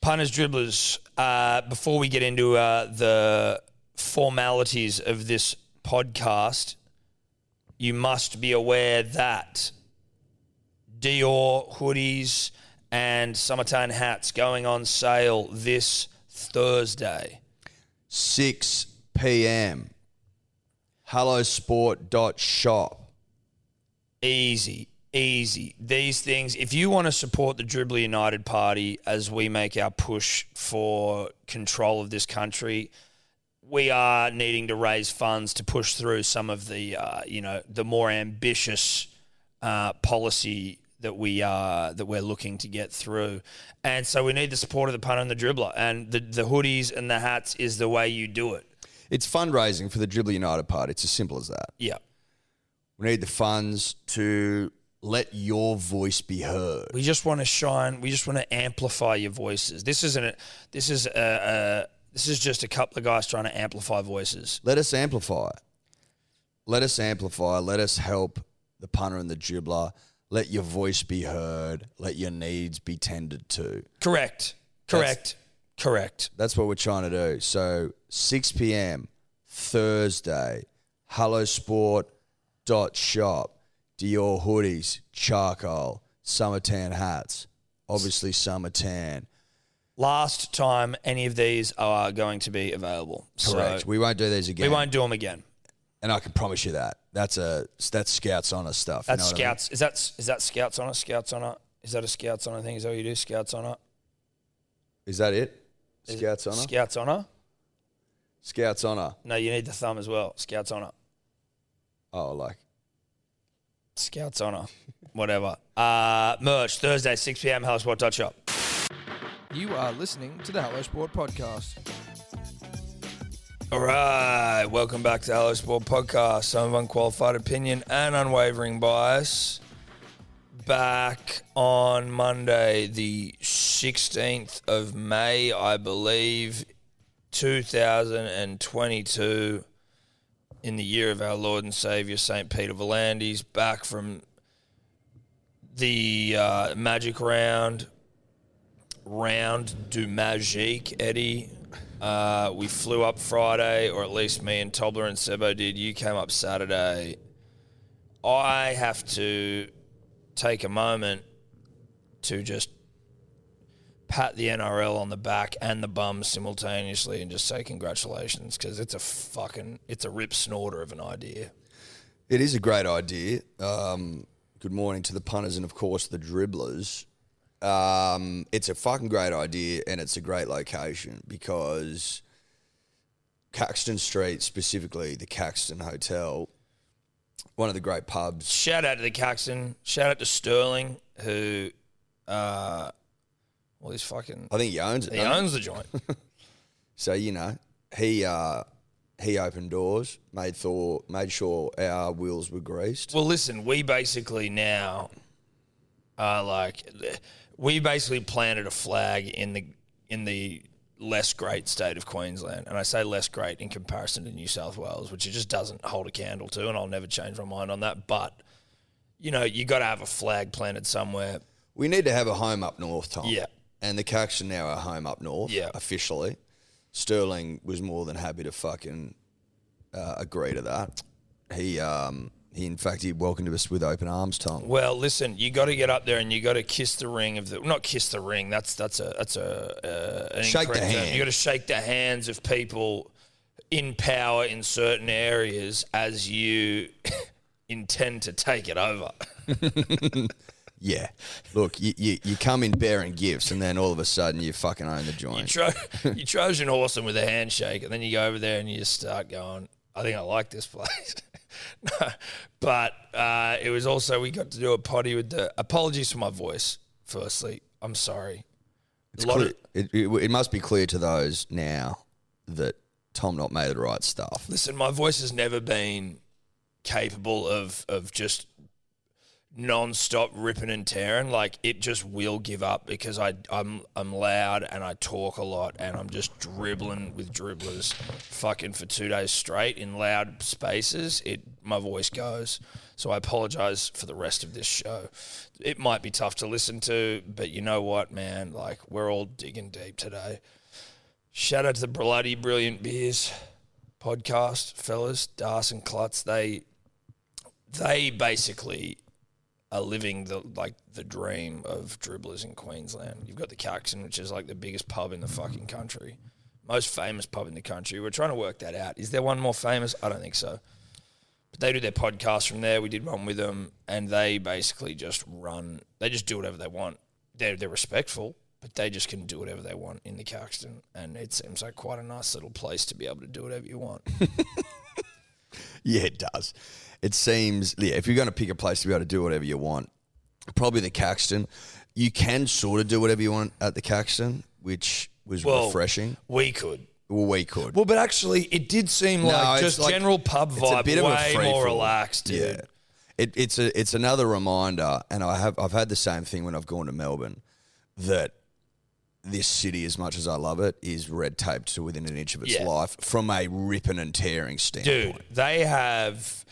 Punters, dribblers, uh, before we get into uh, the formalities of this podcast, you must be aware that Dior hoodies and summertime hats going on sale this Thursday. 6 p.m. Hellosport.shop. Easy, easy. These things, if you want to support the Dribbler United Party as we make our push for control of this country, we are needing to raise funds to push through some of the, uh, you know, the more ambitious uh, policy that we are that we're looking to get through, and so we need the support of the punter and the dribbler, and the, the hoodies and the hats is the way you do it. It's fundraising for the Dribble United Party. It's as simple as that. Yeah, We need the funds to let your voice be heard. We just want to shine. We just want to amplify your voices. This isn't. A, this is a, a. This is just a couple of guys trying to amplify voices. Let us amplify it. Let us amplify. Let us help the punter and the dribbler. Let your voice be heard. Let your needs be tended to. Correct. Correct. Correct. That's what we're trying to do. So 6 p.m. Thursday, hellosport.shop, Dior hoodies, charcoal, summer tan hats, obviously summer tan. Last time any of these are going to be available. Correct. So we won't do these we again. won't do them again. And I can promise you that. That's a that's scouts on us stuff. you That's know what I mean? scouts. Is that is that scouts on it? Scouts on it. Is that a scouts on it thing? Is that what you do? Scouts on it. Is that it? Is- Scouts honor. Scouts on it. Scouts honor. No, you need the thumb as well. Scouts on it. Oh, like Scouts honor. Whatever. Uh, merch Thursday, six pm. Shop. You are listening to the Hello Sport Podcast. All right, welcome back to Hello Sport Podcast. Some of unqualified opinion and unwavering bias. Back on Monday, the 16th of May, I believe, 2022, in the year of our Lord and Savior, St. Peter Volandes, back from the uh, magic round, round du magique, Eddie. Uh, we flew up Friday, or at least me and Tobler and Sebo did. You came up Saturday. I have to take a moment to just pat the NRL on the back and the bum simultaneously and just say congratulations because it's a fucking it's a rip snorter of an idea. It is a great idea. Um, good morning to the punters and, of course, the dribblers. Um, it's a fucking great idea and it's a great location because Caxton Street, specifically the Caxton Hotel, one of the great pubs. shout out to the Caxton. Shout out to Sterling, who, uh, well, he's fucking. I think he owns it. He doesn't he? owns the joint. So you know, he uh, he opened doors, made Thor, made sure our wheels were greased. well, listen, we basically now are like, we basically planted a flag in the in the less great state of Queensland, and I say less great in comparison to New South Wales, which it just doesn't hold a candle to, and I'll never change my mind on that. But you know, you got to have a flag planted somewhere. We need to have a home up north, Tom. Yeah. And the Caxton now are home up north. Yeah. Officially, Sterling was more than happy to fucking uh, agree to that. He um he in fact he welcomed us with open arms, Tom. Well, listen, you got to get up there and you got to kiss the ring of the not kiss the ring. That's that's a that's a uh, an Shake the incorrect term. hand. You got to shake the hands of people in power in certain areas as you intend to take it over. Yeah. Look, you, you you come in bearing gifts, and then all of a sudden you fucking own You the joint. tro- you Trojan horse them with a handshake, and then you go over there and you just start going. I think I like this place. no, but uh, it was also we got to do a potty with the. Apologies for my voice. Firstly, I'm sorry. It's lot clear, of- it, it, it must be clear to those now that Tom not made the right stuff. Listen, my voice has never been capable of of just non-stop ripping and tearing, like it just will give up because I I'm I'm loud and I talk a lot and I'm just dribbling with dribblers, fucking for two days straight in loud spaces. It my voice goes, so I apologize for the rest of this show. It might be tough to listen to, but you know what, man? Like we're all digging deep today. Shout out to the bloody brilliant beers podcast fellas, Das and Klutz. They they basically are living the like the dream of dribblers in Queensland. You've got the Caxton, which is like the biggest pub in the fucking country, most famous pub in the country. We're trying to work that out. Is there one more famous? I don't think so. But they do their podcast from there. We did one with them, and they basically just run. They just do whatever they want. They're they're respectful, but they just can do whatever they want in the Caxton, and it seems like quite a nice little place to be able to do whatever you want. Yeah, it does. It seems, yeah, if you're going to pick a place to be able to do whatever you want, probably the Caxton. You can sort of do whatever you want at the Caxton, which was Well, refreshing. We could. Well, we could. Well, but actually, it did seem like it's just like- general pub it's a vibe, bit of a way free-for-all. more relaxed, dude. yeah. It, it's a it's another reminder, and I have I've had the same thing when I've gone to Melbourne, that this city, as much as I love it, is red taped to within an inch of its Yeah. life from a ripping and tearing standpoint. Dude, they have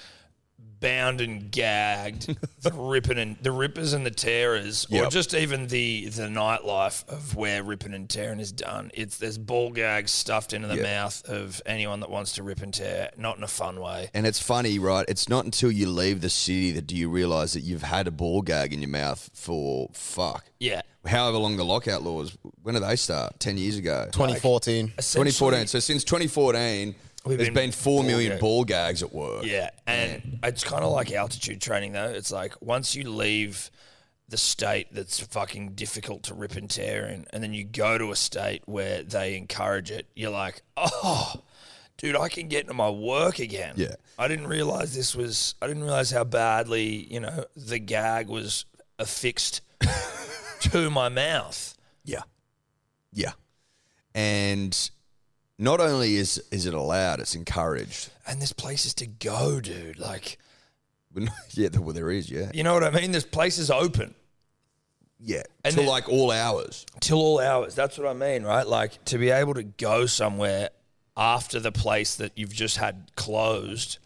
bound and gagged the ripping and the rippers and the tearers, or Yep. just even the the nightlife of where ripping and tearing is done. It's there's ball gags stuffed into the Yeah. mouth of anyone that wants to rip and tear, not in a fun way. And it's funny, right? It's not until you leave the city that do you realize that you've had a ball gag in your mouth for fuck. Yeah, However long the lockout laws, when did they start? 10 years ago. 2014. essentially- 2014. So since 2014, We've there's been been 4 ball million gag. ball gags at work. Yeah, and it's kind of like altitude training though. It's like once you leave the state that's fucking difficult to rip and tear in, and then you go to a state where they encourage it, you're like, oh, dude, I can get into my work again. Yeah. I didn't realize this was. I didn't realize how badly you know the gag was affixed to my mouth. Yeah. Yeah. And not only is, is it allowed, it's encouraged. And there's places to go, dude. Like, yeah, there- well, there is, yeah. you know what I mean? There's places open. Yeah. And to then- like all hours. till all hours. That's what I mean, right? Like to be able to go somewhere after the place that you've just had closed.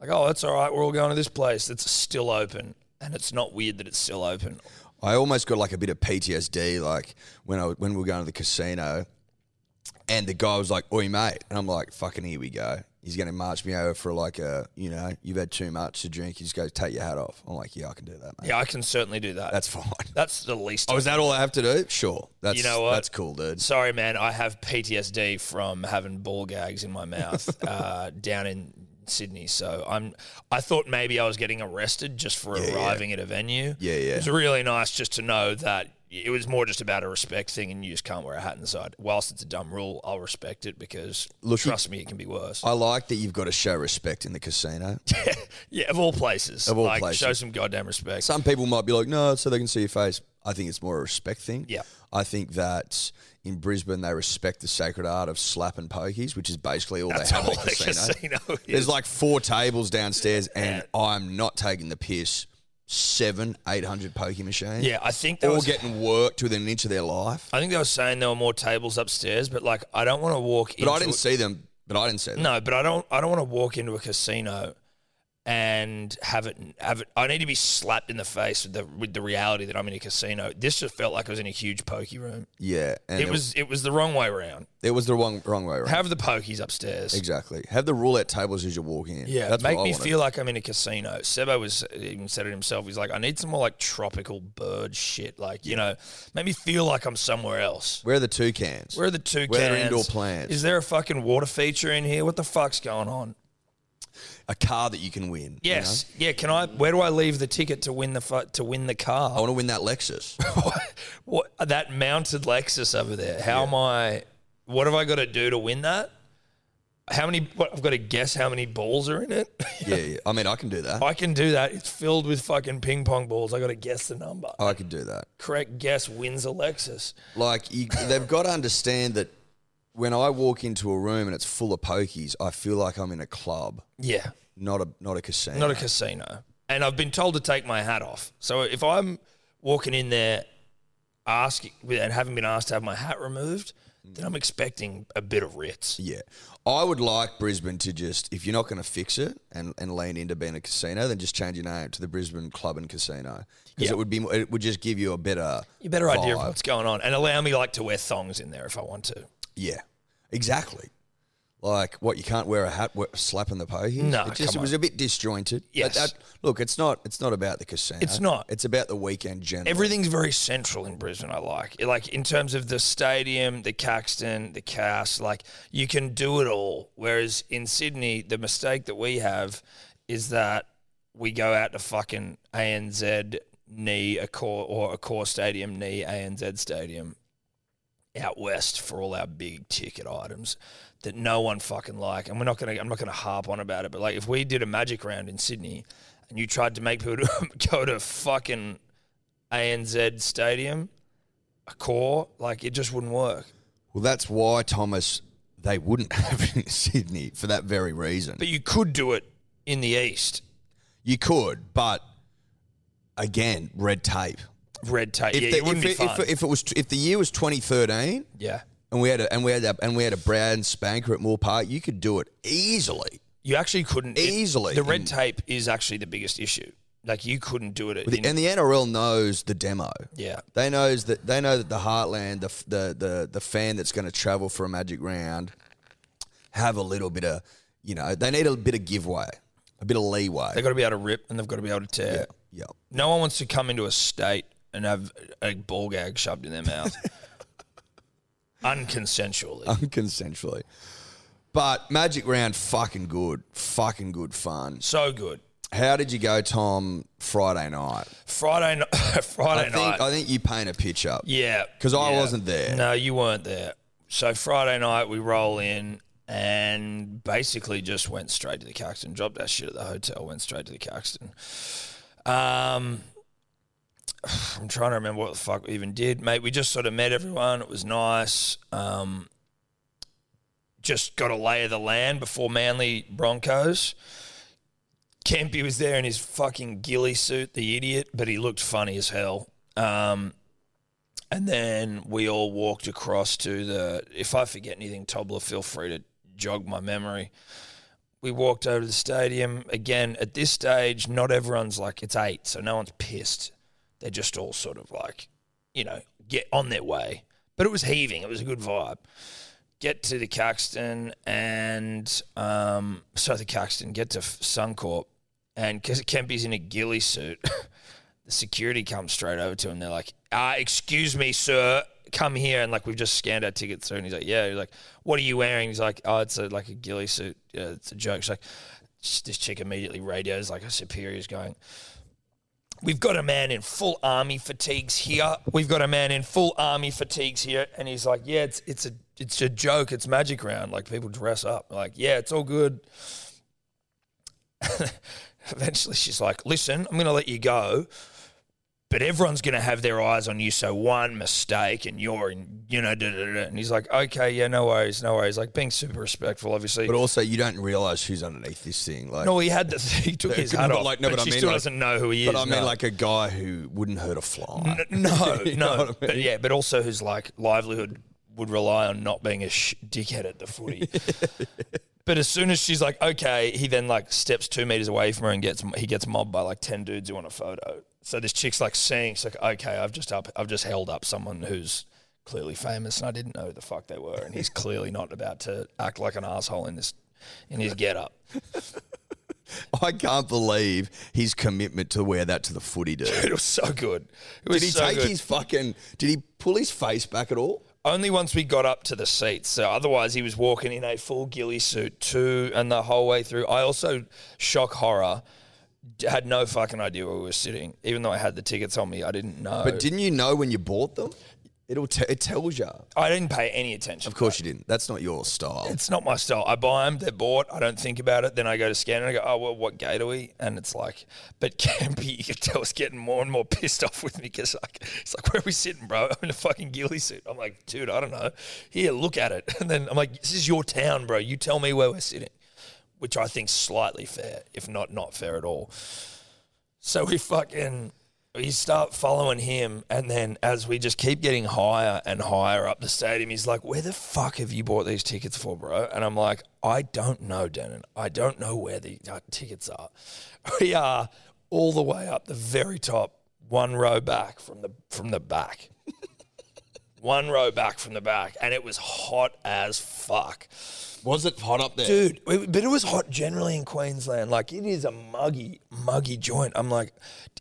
Like, oh, that's all right. We're all going to this place that's still open, and it's not weird that it's still open. I almost got like a bit of PTSD, like when I when we were going to the casino, and the guy was like, "Oi, mate," and I'm like, "Fucking here we go." He's going to march me over for like a, you know, you've had too much to drink. He just goes, "Take your hat off." I'm like, "Yeah, I can do that, mate. Yeah, I can certainly do that. That's fine." that's the least. Oh, is that all I have to do? Sure. That's You know what? That's cool, dude. Sorry, man. I have PTSD from having ball gags in my mouth uh, down in Sydney. So I'm. I thought maybe I was getting arrested just for Yeah, yeah. arriving at a venue. Yeah, yeah. It's really nice just to know that it was more just about a respect thing, and you just can't wear a hat inside. Whilst it's a dumb rule, I'll respect it because Look, trust me, it can be worse. I like that you've got to show respect in the casino. yeah, of all places, Of all like, places. show some goddamn respect. Some people might be like, no, so they can see your face. I think it's more a respect thing. Yeah. I think that in Brisbane they respect the sacred art of slapping pokies, which is basically all That's they have all at the the casino. casino is. eh? There's like four tables downstairs, and I'm not taking the piss. Seven, eight hundred pokey machines. yeah, I think there all was getting worked within an inch of their life. I think they were saying there were more tables upstairs, but like I don't want to walk. But I didn't see them. But I didn't see them. No, but I don't. I don't want to walk into a casino and have it. Have it. I need to be slapped in the face with the with the reality that I'm in a casino. This just felt like I was in a huge pokey room. Yeah, and It was. It was the wrong way around. it was the wrong wrong way around. Have the pokies upstairs. exactly. Have the roulette tables as you walk in. Yeah, that's make what I me wanted. feel like I'm in a casino. Sebo was even said it himself. He's like, I need some more like tropical bird shit. Like you know, make me feel like I'm somewhere else. Where are the two cans? Where are the two Where are cans? the indoor plants? Is there a fucking water feature in here? What the fuck's going on? a car that you can win? you Yes. Yeah. Can I? Where do I leave the ticket to win the fu- to win the car? know? I want to win that Lexus. what, what that mounted Lexus over there? How am I? What have I got to do to win that? How many? What, I've got to guess how many balls are in it. yeah, yeah, I mean, I can do that. I can do that. It's filled with fucking ping pong balls. I got to guess the number. I can do that. Correct guess wins a Lexus. Like you, they've got to understand that when I walk into a room and it's full of pokies, I feel like I'm in a club, Yeah, not a not a casino. not a casino. and I've been told to take my hat off. So if I'm walking in there asking and having been asked to have my hat removed, then I'm expecting a bit of rits. Yeah. I would like Brisbane to just, if you're not going to fix it and, and lean into being a casino, then just change your name to the Brisbane Club and Casino. Because Yeah. it would be, it would just give you a better, You better idea of Vibe. what's going on, and allow me like to wear thongs in there if I want to. yeah, exactly. Like what you can't wear a hat wh- slap in the po here. No, it just come it was on. a bit disjointed. But Yes. that- look, it's not it's not about the casino. It's not. It's about the weekend generally. Everything's very central in Brisbane. I like, like in terms of the stadium, the Caxton, the cast. Like you can do it all. Whereas in Sydney, the mistake that we have is that we go out to fucking ANZ knee a core or a core stadium knee ANZ stadium out west for all our big ticket items that no one fucking like. And we're not gonna I'm not gonna harp on about it, but like if we did a magic round in Sydney and you tried to make people go to fucking ANZ Stadium, a core, like it just wouldn't work. well, that's why Thomas they wouldn't have it in Sydney for that very reason. But you could do it in the east. you could, but again, red tape. Red tape. If, yeah, the- it wouldn't if, be fun. it- if, if it was if the year was 2013 yeah. and we had a and we had a and we had a brand spanker at Moore Park, you could do it easily. You actually couldn't it- Easily. the red tape is actually the biggest issue. Like you couldn't do it. At, in- And the NRL knows the demo. yeah. They knows that they know that the heartland, the f- the the, the fan that's going to travel for a magic round, have a little bit of you know they need a bit of giveaway, a bit of leeway. They've got to be able to rip and they've got to be able to tear. Yeah, yeah. No one wants to come into a state and have a ball gag shoved in their mouth. Unconsensually. unconsensually. But magic round, fucking good, fucking good fun. so good. How did you go, Tom? Friday night. Friday night. Friday I think night. I think you paint a picture. yeah. 'Cause I yeah. wasn't there. No, you weren't there. So Friday night we roll in and basically just went straight to the Caxton. Dropped that shit at the hotel, went straight to the Caxton. Um I'm trying to remember what the fuck we even did, mate. We just sort of met everyone. It was nice. Um, just got a lay of the land before Manly Broncos. Kempy was there in his fucking ghillie suit, the idiot, but he looked funny as hell. Um, and then we all walked across to the. If I forget anything, Tobler, feel free to jog my memory. We walked over to the stadium. Again, at this stage, not everyone's like, it's eight, so no one's pissed. They're just all sort of like, you know, get on their way. But it was heaving, it was a good vibe. Get to the Caxton and, um, sorry, the Caxton, get to Suncorp. And because Kempy's in a ghillie suit, the security comes straight over to him. They're like, uh, excuse me, sir, come here. And like, we've just scanned our tickets through. And he's like, yeah. He's like, what are you wearing? He's like, oh, it's a, like a ghillie suit. Yeah, it's a joke. She's like, sh- this chick immediately radios like a superior's going, We've got a man in full army fatigues here. We've got a man in full army fatigues here, and he's like, "Yeah, it's it's a it's a joke. It's magic round. Like people dress up. Like yeah, it's all good." Eventually, she's like, "Listen, I'm going to let you go, but everyone's going to have their eyes on you. So one mistake, and you're in, you know." Da, da, da. And he's like, "Okay, yeah, no worries, no worries." Like being super respectful, obviously. But also, you don't realize who's underneath this thing. Like, no, he had the he took his No, hat but off, like- no, but, but I she mean, still like- doesn't know who he is. but I mean, no. like a guy who wouldn't hurt a fly. N- No, You no, know what I but mean? yeah, but also whose like livelihood would rely on not being a sh- dickhead at the footy. but as soon as she's like, okay, he then like steps two meters away from her and gets he gets mobbed by like ten dudes who want a photo. So this chick's like seeing, she's like, okay, I've just up, I've just held up someone who's clearly famous, and I didn't know who the fuck they were, and he's clearly not about to act like an asshole in this in his get up. I can't believe his commitment to wear that to the footy, dude. It was so good. It was Did he so take good. his fucking? Did he pull his face back at all? Only once we got up to the seats. So otherwise, he was walking in a full ghillie suit too, and the whole way through. I also shock horror d- had no fucking idea where we were sitting, even though I had the tickets on me. I didn't know. But didn't you know when you bought them? It'll t- it tells you. Of I didn't pay any attention. course you didn't. That's not your style. It's not my style. I buy them, they're bought. I don't think about it. Then I go to scan and I go, oh, well, what gate are we? And it's like, but Campy, you could tell, is getting more and more pissed off with me because like, it's like, where are we sitting, bro? I'm in a fucking ghillie suit. I'm like, dude, I don't know. Here, look at it. And then I'm like, this is your town, bro. You tell me where we're sitting, which I think slightly fair, if not not fair at all. So we fucking we start following him, and then as we just keep getting higher and higher up the stadium, he's like, "Where the fuck have you bought these tickets for, bro?" And I'm like, "I don't know, Denon. I don't know where the uh, tickets are. We are all the way up the very top, one row back from the from the back." One row back from the back, and it was hot as fuck Was it hot up there? dude. it- But it was hot generally in Queensland. Like it is a muggy, muggy joint. I'm like,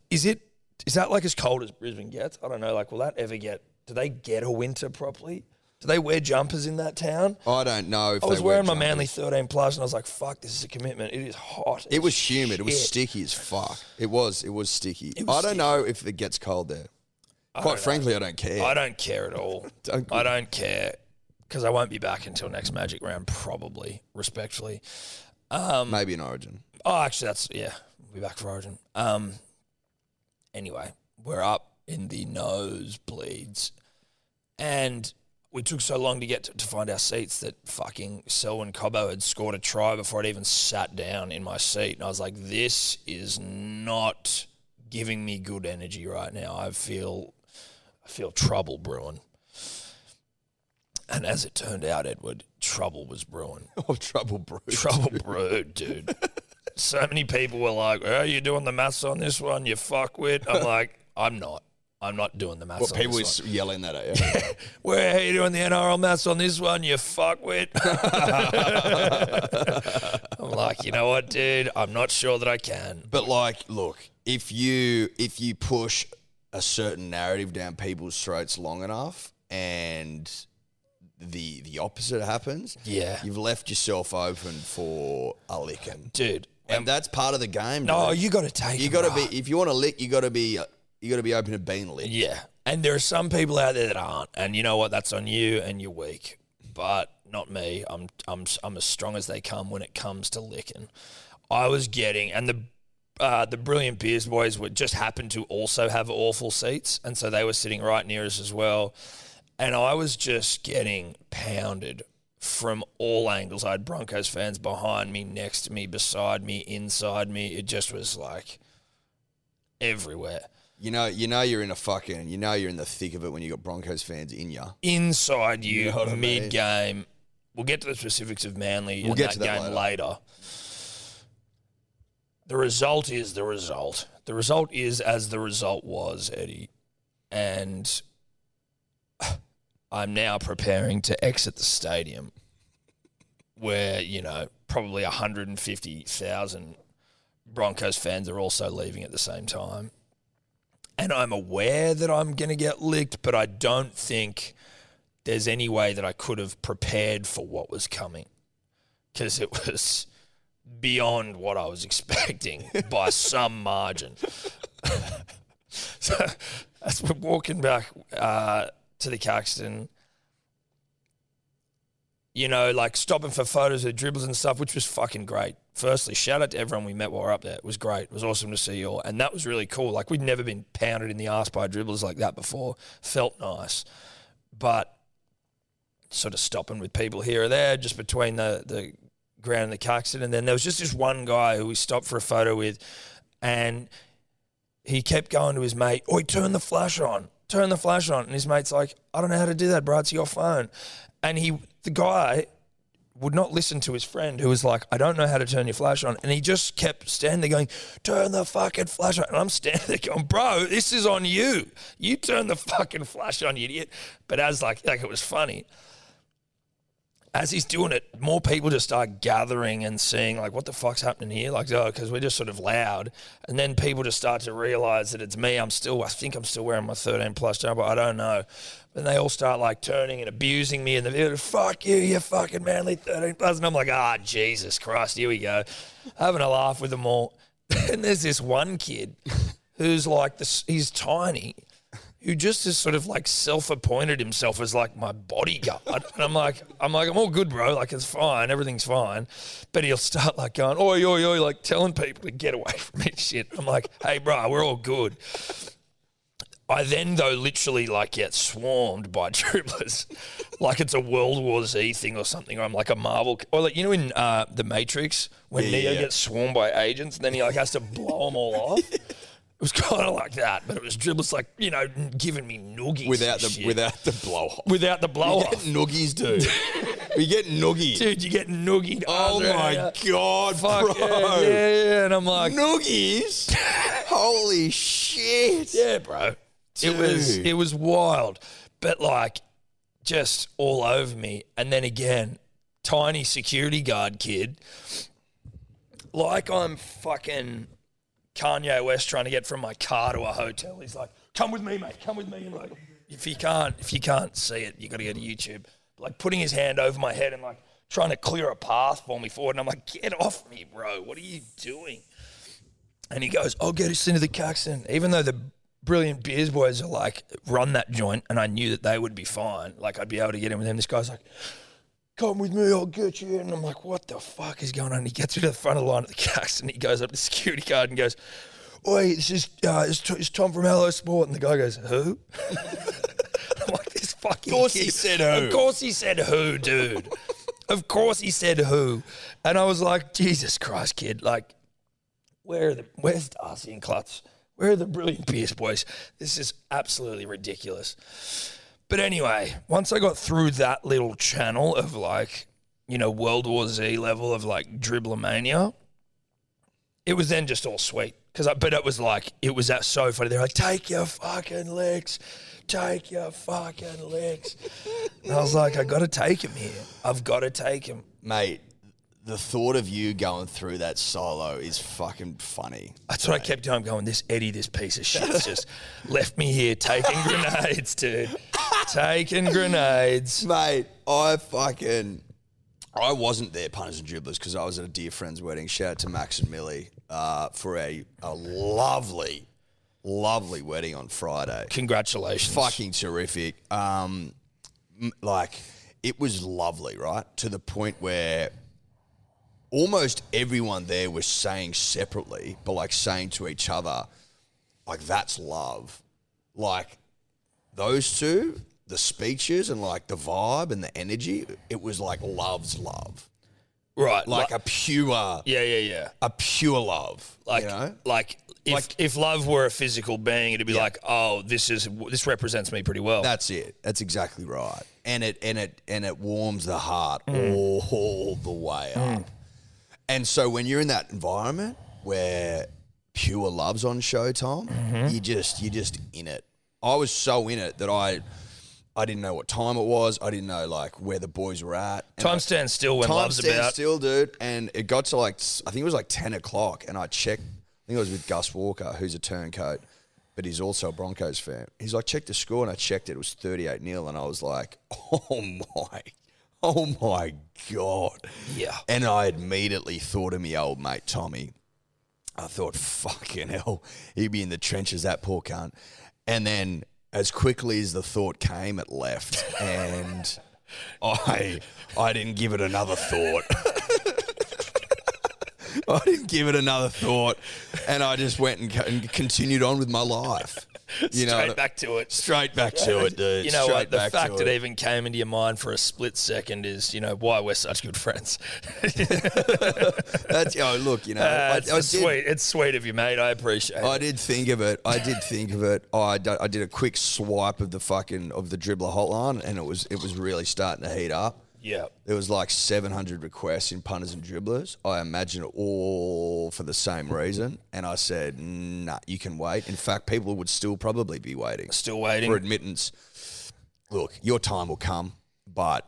is it? Is that like as cold as Brisbane gets? I don't know. Like, will that ever get? Do they get a winter properly? Do they wear jumpers in that town? I don't know. If I they was wear wearing my jumpers. Manly 13 plus, and I was like, "Fuck, this is a commitment. It is hot. It was humid. It was sticky. sticky as fuck. It was. It was sticky. was I don't know if it gets cold there. Quite frankly, I don't care. I don't care at all. Don't- I don't care because I won't be back until next Magic round, probably. Respectfully, Maybe in Origin. Oh, actually, that's yeah. We'll be back for Origin. Um. Anyway, we're up in the nosebleeds, and we took so long to get to, to find our seats that fucking Selwyn Cobbo had scored a try before I'd even sat down in my seat, and I was like, "This is not giving me good energy right now. I feel, I feel trouble brewing." And as it turned out, Edward, trouble was brewing Oh, trouble brew. trouble brewed, dude. so many people were like, "Are you doing the maths on this one? You fuckwit." I'm like, "I'm not. I'm not doing the maths What on people this is yelling that at you. one. Where are you doing the NRL maths on this one? You fuckwit." I'm like, you know what, dude? I'm not sure that I can. but like, look, if you if you push a certain narrative down people's throats long enough, and the the opposite happens, Yeah. you've left yourself open for a licking, Dude, and that's part of the game. no, dude. you got to take. you it, got to right? be if you want to lick, you got to be you got to be open to being licked. Yeah. And there are some people out there that aren't. And you know what? That's on you and you're weak. But not me. I'm I'm I'm as strong as they come when it comes to licking. I was getting and the uh, the brilliant beers boys would just happen to also have awful seats, and so they were sitting right near us as well. And I was just getting pounded from all angles. I had Broncos fans behind me, next to me, beside me, inside me. It just was like everywhere. You know, you know you're in a fucking, you know you're in the thick of it when you got Broncos fans in ya. inside you, know what I mean? mid game. We'll get to the specifics of Manly We'll in get that, to that game later. The result is the result. The result is as the result was, Eddie. And I'm now preparing to exit the stadium where, you know, probably 150,000 Broncos fans are also leaving at the same time. And I'm aware that I'm going to get licked, but I don't think there's any way that I could have prepared for what was coming because it was beyond what I was expecting by some margin. so as we're walking back uh, to the Caxton, you know, like stopping for photos of dribbles and stuff, which was fucking great. Firstly, shout out to everyone we met while we were up there. It was great. It was awesome to see you all. And that was really cool. Like, we'd never been pounded in the ass by dribblers like that before. Felt nice. But sort of stopping with people here or there, just between the, the ground and the Caxton. And then there was just this one guy who we stopped for a photo with, and he kept going to his mate, Oi, turn the flash on, turn the flash on. And his mate's like, I don't know how to do that, bro. It's your phone. And he, the guy, would not listen to his friend who was like, I don't know how to turn your flash on. And he just kept standing there going, Turn the fucking flash on. And I'm standing there going, Bro, this is on you. You turn the fucking flash on, you idiot. But as like, like it was funny as he's doing it, more people just start gathering and seeing like what the fuck's happening here, like oh, because we're just sort of loud, and then people just start to realize that it's me. I'm still, I think I'm still wearing my 13 plus jumper. I don't know. And they all start like turning and abusing me in the video. Fuck you, you fucking manly 13 plus. And I'm like, ah, Jesus Christ, here we go, having a laugh with them all. and there's this one kid who's like this. He's tiny who just has sort of like self-appointed himself as like my bodyguard. and I'm like, I'm like, I'm all good, bro. Like it's fine, everything's fine. But he'll start like going, oi, oi, oi, like telling people to get away from me. Shit. I'm like, hey, bro, we're all good. I then though literally like get swarmed by dribblers, like it's a World War Z thing or something. Or I'm like a Marvel, or like you know in uh, the Matrix when Yeah, yeah, Neo yeah. gets swarmed by agents and then he like has to blow them all off. It was kind of like that, but it was dribblers like you know giving me noogies without and the shit. without the blow off. without the blow we get off. noogies, dude. we get noogie. Dude, you get noogied. oh under. my god, Fuck bro! yeah, yeah, yeah. And I'm like, Noogies. Holy shit! yeah, bro. It was Dude. it was wild, but like just all over me. And then again, tiny security guard kid, like I'm fucking Kanye West trying to get from my car to a hotel. He's like, "Come with me, mate. Come with me." And like, if you can't if you can't see it, you got to go to YouTube. Like putting his hand over my head and like trying to clear a path for me forward. And I'm like, "Get off me, bro. What are you doing?" And he goes, I'll get us into the Caxton. Even though the brilliant Beers boys are like, run that joint. And I knew that they would be fine. Like, I'd be able to get in with them. This guy's like, come with me, I'll get you in. And I'm like, what the fuck is going on? He gets me to the front of the line at the Caxton. He goes up to the security guard and goes, Oi, this is uh, it's, T- it's Tom from Hello Sport. And the guy goes, who? I'm like, this fucking Of course kid- he said who. Of course he said who, dude. of course he said who. And I was like, Jesus Christ, kid. Like, where are the where's Darcy and Klutz? Where are the brilliant Pierce boys? This is absolutely ridiculous. But anyway, once I got through that little channel of like, you know, World War Z level of like dribblomania, it was then just all sweet. Cause I but it was like it was that so funny. They're like, take your fucking licks, take your fucking licks. and I was like, I gotta take him here. I've gotta take him. Mate, the thought of you going through that solo is fucking funny. That's what I kept doing. I'm going, this Eddie, this piece of shit's just left me here taking grenades, dude. taking grenades. Mate, I fucking I wasn't there punters and dribblers because I was at a dear friend's wedding. Shout out to Max and Millie uh, for a, a lovely, lovely wedding on Friday. Congratulations. Fucking terrific. Um, m- like it was lovely, right? To the point where almost everyone there was saying separately, but like saying to each other, like that's love. Like those two, the speeches and like the vibe and the energy, it was like love's love. Right. Like a pure, yeah, yeah, yeah. a pure love. Like, you know? like if Like- if love were a physical being, it'd be like, oh, this is this represents me pretty well. That's it. That's exactly right. And it and it and it warms the heart Mm. all the way up. And so when you're in that environment where pure love's on show, Tom, Mm-hmm. you just you're just in it. I was so in it that I I didn't know what time it was. I didn't know like where the boys were at. And time stands still when time love's stands about. still, dude. And it got to like s- I think it was like ten o'clock, and I checked. I think I was with Gus Walker, who's a turncoat, but he's also a Broncos fan. He's like, check the score, and I checked it. It was thirty-eight 0 and I was like, oh my, oh my god. Yeah. And I immediately thought of me old mate Tommy. I thought, fucking hell, he'd be in the trenches, that poor cunt. And then, as quickly as the thought came, it left, and I, I didn't give it another thought. I didn't give it another thought, and I just went and, co- and continued on with my life. You know, Straight what I- back to it. straight back to it, dude. You know Straight what? The back fact to that it. even came into your mind for a split second is, you know, why we're such good friends. That's, oh, look, you know, I- That's I, did- sweet. Ah, It's sweet of you, mate. I appreciate I it. did think of it. I did think of it. Oh, I, d- I did a quick swipe of the fucking of the dribbler hotline, and it was it was really starting to heat up. Yeah. There was like 700 requests in punters and dribblers. I imagine all for the same reason. And I said, nah, you can wait. In fact, people would still probably be waiting Still waiting. for admittance. Look, your time will come, but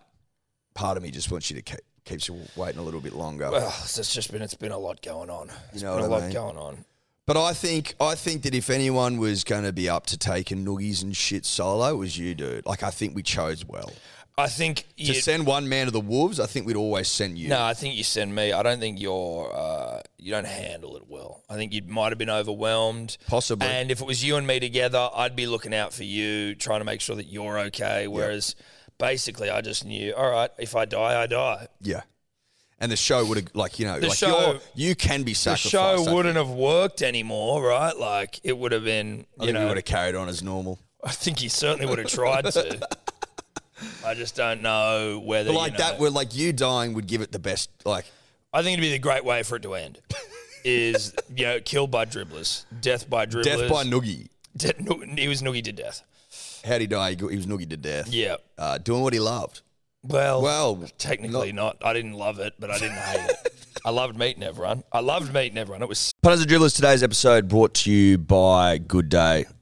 part of me just wants you to keep, keeps you waiting a little bit longer. Well, it's just been it's been a lot going on. It's know been a what I lot mean? going on. But I think I think that if anyone was going to be up to taking noogies and shit solo, it was you, dude. Like I think we chose well. I think you, To send one man to the wolves, I think we'd always send you. no, I think you send me. I don't think you're uh, you don't handle it well. I think you might have been overwhelmed, Possibly. And if it was you and me together, I'd be looking out for you, trying to make sure that you're okay. Whereas basically, I just knew, all right, if I die, I die. Yeah. And the show would have like you know like show- you're, you can be The sacrificed. show I wouldn't have worked anymore, right? Like it would have been, think you we know, would have carried on as normal. I think you certainly would have tried to. I just don't know whether But you like know- that, where like you dying would give it the best. Like I think it'd be the great way for it to end. is you know, killed by dribblers, death by dribblers, Death by Noogie. De- no- he was noogie to death. How'd he die? He go- he was noogie to death. Yeah. Uh, doing what he loved. Well, Well, technically not, I didn't love it, but I didn't hate it. I loved meeting everyone. I loved meeting everyone. It was Punters and Dribblers, today's episode brought to you by Good Day,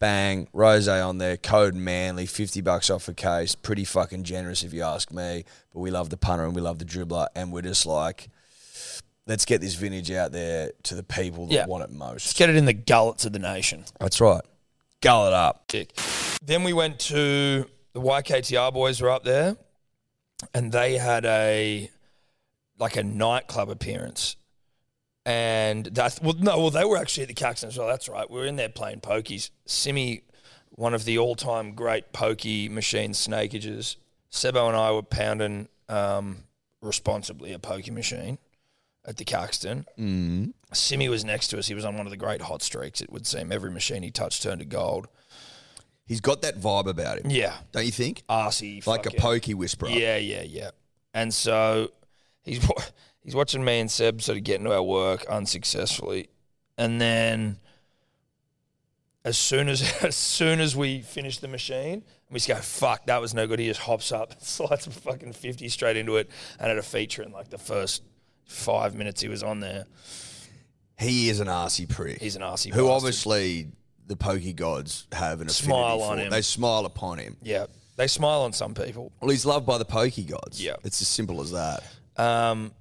bang, rose on there, code Manly, 50 bucks off a case. Pretty fucking generous if you ask me. But we love the punter and we love the dribbler. And we're just like, let's get this vintage out there to the people that Yeah. want it most. Let's get it in the gullets of the nation. That's right. Gull it up. Sick. Then we went to the YKTR boys were up there, and they had a like a nightclub appearance. And that well no well they were actually at the Caxton as well. That's right. We were in there playing pokies. Simi, one of the all time great pokey machine snakeages. Sebo and I were pounding um, responsibly a pokey machine at the Caxton. Mm. Simi was next to us. He was on one of the great hot streaks. It would seem every machine he touched turned to gold. He's got that vibe about him. Yeah, Don't you think? arsey. like a fucking- pokey whisperer. Yeah, yeah, yeah. And so he's wa- he's watching me and Seb sort of get into our work unsuccessfully, and then as soon as as soon as we finish the machine, we just go fuck that was no good. He just hops up, and slides a fucking fifty straight into it, and had a feature in like the first five minutes he was on there. He is an arsey prick. He's an arsey. who bastard. obviously the pokey gods have an affinity Smile on for. him. They smile upon him. yeah, they smile on some people. Well, he's loved by the pokey gods. Yeah. It's as simple as that. Um,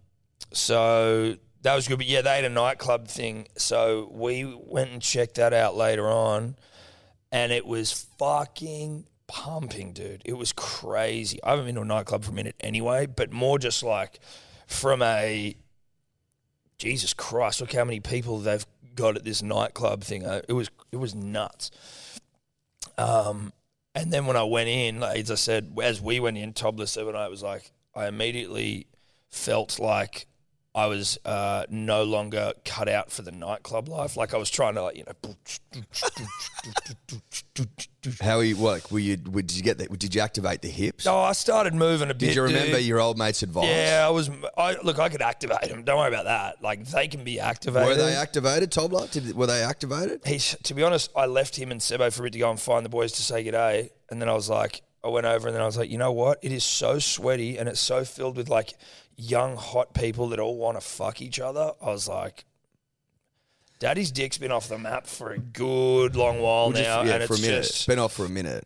so that was good. But yeah, they had a nightclub thing. So we went and checked that out later on, and it was fucking pumping, dude. It was crazy. I haven't been to a nightclub for a minute anyway, but more just like from a Jesus Christ, look how many people they've got at this nightclub thing. Uh, It was it was nuts. Um, and then when I went in, like, as I said, as we went in, Tobler Seven, I was like, I immediately felt like I was uh, no longer cut out for the nightclub life. Like I was trying to, like, you know. How are you? Like, were you? Did you get that? Did you activate the hips? No, I started moving a bit. Did you remember dude. your old mate's advice? Yeah, I was. I look, I could activate them. Don't worry about that. Like they can be activated. Were they activated, Tobler? Did, were they activated? he, to be honest, I left him and Sebo for a bit to go and find the boys to say g'day. And then I was like, I went over and then I was like, you know what? It is so sweaty and it's so filled with like young, hot people that all want to fuck each other. I was like, Daddy's dick's been off the map for a good long while Would you- now. yeah, and for it's a minute. just It's been off for a minute.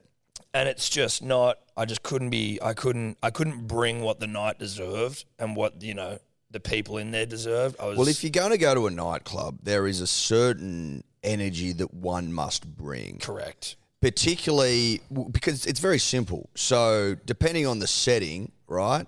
and it's just not I just couldn't be I couldn't I couldn't bring what the night deserved and what, you know, the people in there deserved. I was Well, if you're going to go to a nightclub, there is a certain energy that one must bring. correct. particularly w- because it's very simple. So depending on the setting, right?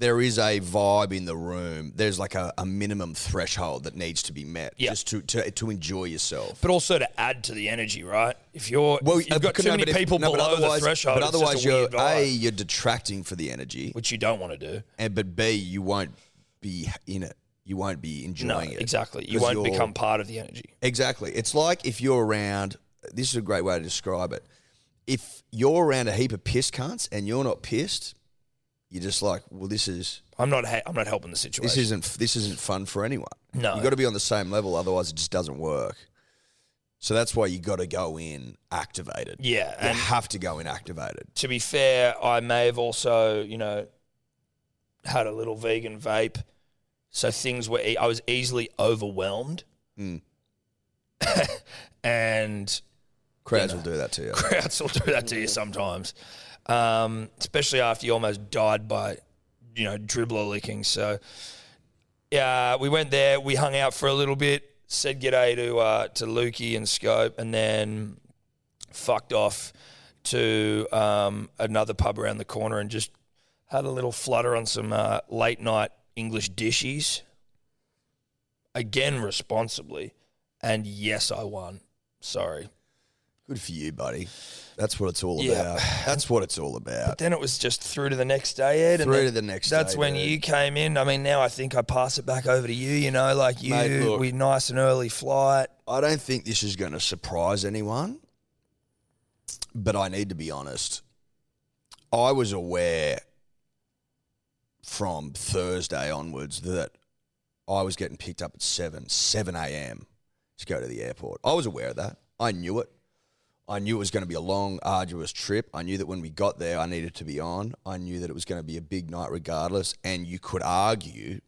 There is a vibe in the room. There's like a, a minimum threshold that needs to be met Yeah. just to, to to enjoy yourself. But also to add to the energy, right? If you're Well, well, you've uh, got but too no, many but if- people no, but below the otherwise- threshold, But otherwise, it's just a you're weird a vibe, you're detracting for the energy, which you don't want to do. and but b you won't be in it. You won't be No, enjoying it exactly. You because won't you're- become part of the energy. Exactly. It's like if you're around, this is a great way to describe it. If you're around a heap of piss cunts and you're not pissed, you're just like, well, this is I'm not. Ha- I'm not helping the situation. this isn't this isn't fun for anyone. No. you got to be on the same level, otherwise it just doesn't work. So that's why you got to go in activated. yeah, you and have to go in activated. to be fair, I may have also, you know, had a little vegan vape, so things were. E- I was easily overwhelmed, Mm. and Crowds will do that to you. crowds will do that to you sometimes, um, especially after you almost died by, you know, dribbler licking. So, yeah, we went there. We hung out for a little bit. Said g'day to uh, to Lukey and Scope, and then fucked off to um, another pub around the corner and just had a little flutter on some uh, late night English dishes. Again, responsibly, and yes, I won. Sorry. Good for you, buddy. That's what it's all Yeah. about. That's what it's all about. Then it was just through to the next day, Ed. and Through then- to the next That's day, when dude. you came in. I mean, now I think I pass it back over to you. You know, like you, Mate, look. we nice and early flight. I don't think this is going to surprise anyone, but I need to be honest. I was aware from Thursday onwards that I was getting picked up at 7, 7 a.m. to go to the airport. I was aware of that. I knew it. I knew it was going to be a long, arduous trip. I knew that when we got there, I needed to be on. I knew that it was going to be a big night regardless. And you could argue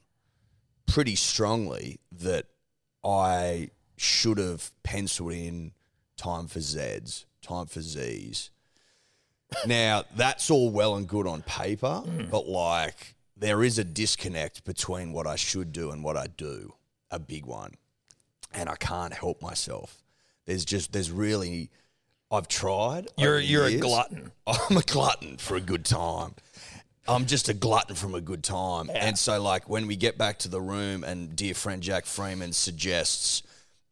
pretty strongly that I should have penciled in time for Zeds, time for Zs. Now, that's all well and good on paper, Hmm. but like there is a disconnect between what I should do and what I do, a big one. And I can't help myself. There's just, there's really, I've tried. You're over the you're years. a glutton. I'm a glutton for a good time. I'm just a glutton from a good time. And so, like, when we get back to the room and dear friend Jack Freeman suggests,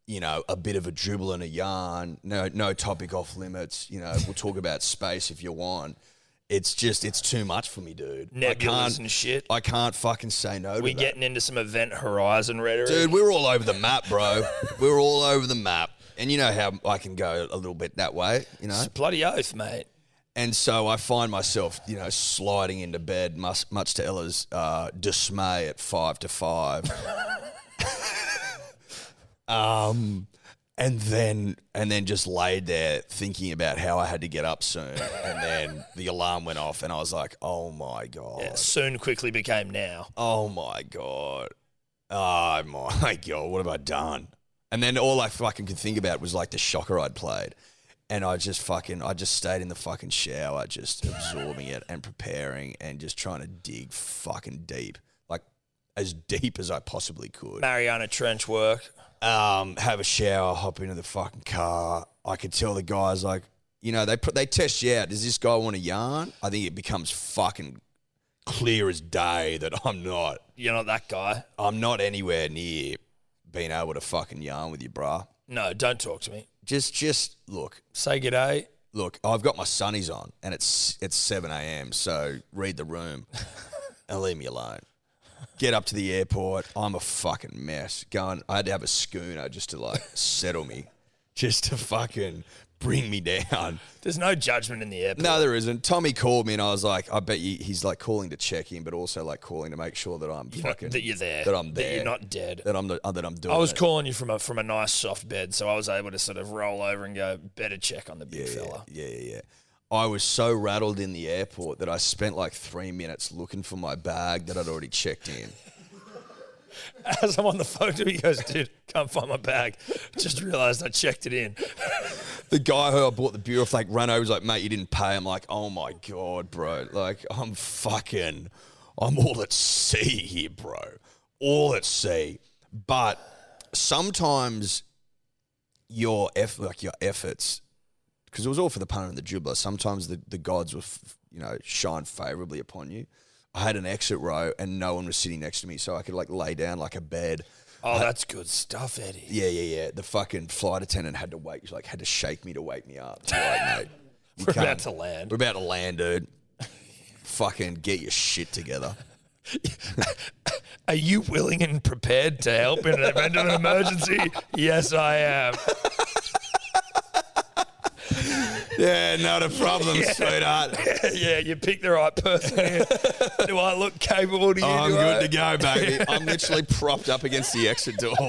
you know, a bit of a dribble and a yarn, no, no topic off limits, you know, we'll talk about space if you want. It's just, it's too much for me, dude. I Nebulas can't, and shit. I can't fucking say no to We're that. getting into some event horizon rhetoric. Dude, we were all over the map, bro. we were all over the map. And you know how I can go a little bit that way, you know? It's bloody oath, mate. And so I find myself, you know, sliding into bed, much, much to Ella's uh, dismay at five to five. um, and then, and then just laid there thinking about how I had to get up soon. And then the alarm went off, and I was like, "Oh my god! Soon quickly became now. Oh my god! Oh my god! What have I done?" And then all I fucking could think about was like the shocker I'd played. And I just fucking, I just stayed in the fucking shower, just absorbing it and preparing and just trying to dig fucking deep, like as deep as I possibly could. Mariana Trench work. Um, have a shower, hop into the fucking car. I could tell the guys, like, you know, they put, they test you out. Does this guy want to yarn? I think it becomes fucking clear as day that I'm not. You're not that guy. I'm not anywhere near being able to fucking yarn with you, brah. No, don't talk to me. Just, just look, Say g'day. look. I've got my sunnies on, and it's it's seven a.m. So read the room and leave me alone. Get up to the airport. I'm a fucking mess. Going, I had to have a schooner just to like settle me, just to fucking bring me down. There's no judgment in the airport. No, there isn't. Tommy called me and I was like, I bet you he's like calling to check in, but also like calling to make sure that I'm You're not- fucking that you're there. that I'm That there. you're not dead. that I'm the, that I'm doing. I was it. calling you from a from a nice soft bed, so I was able to sort of roll over and go, better check on the big yeah, fella. Yeah, yeah, yeah. I was so rattled in the airport that I spent like three minutes looking for my bag that I'd already checked in. As I'm on the phone to him, he goes, dude, can't find my bag. Just realized I checked it in. the guy who I bought the beer off, like, ran over, was like, mate, you didn't pay. I'm like, oh my God, bro. Like, I'm fucking, I'm all at sea here, bro. All at sea. But sometimes your effort, like your efforts, because it was all for the punter and the dribbler, sometimes the, the gods will, f- you know, shine favorably upon you. I had an exit row and no one was sitting next to me, so I could like lay down like a bed. Oh, that's good stuff, Eddie. Yeah, yeah, yeah. The fucking flight attendant had to wake, like, had to shake me to wake me up. Like, mate, you We're about can't- to land. We're about to land, dude. fucking get your shit together. Are you willing and prepared to help in an event of an emergency? yes, I am. Yeah, not a problem, sweetheart. yeah, you picked the right person here. Do I look capable to you? I'm Do I- good to go, baby. I'm literally propped up against the exit door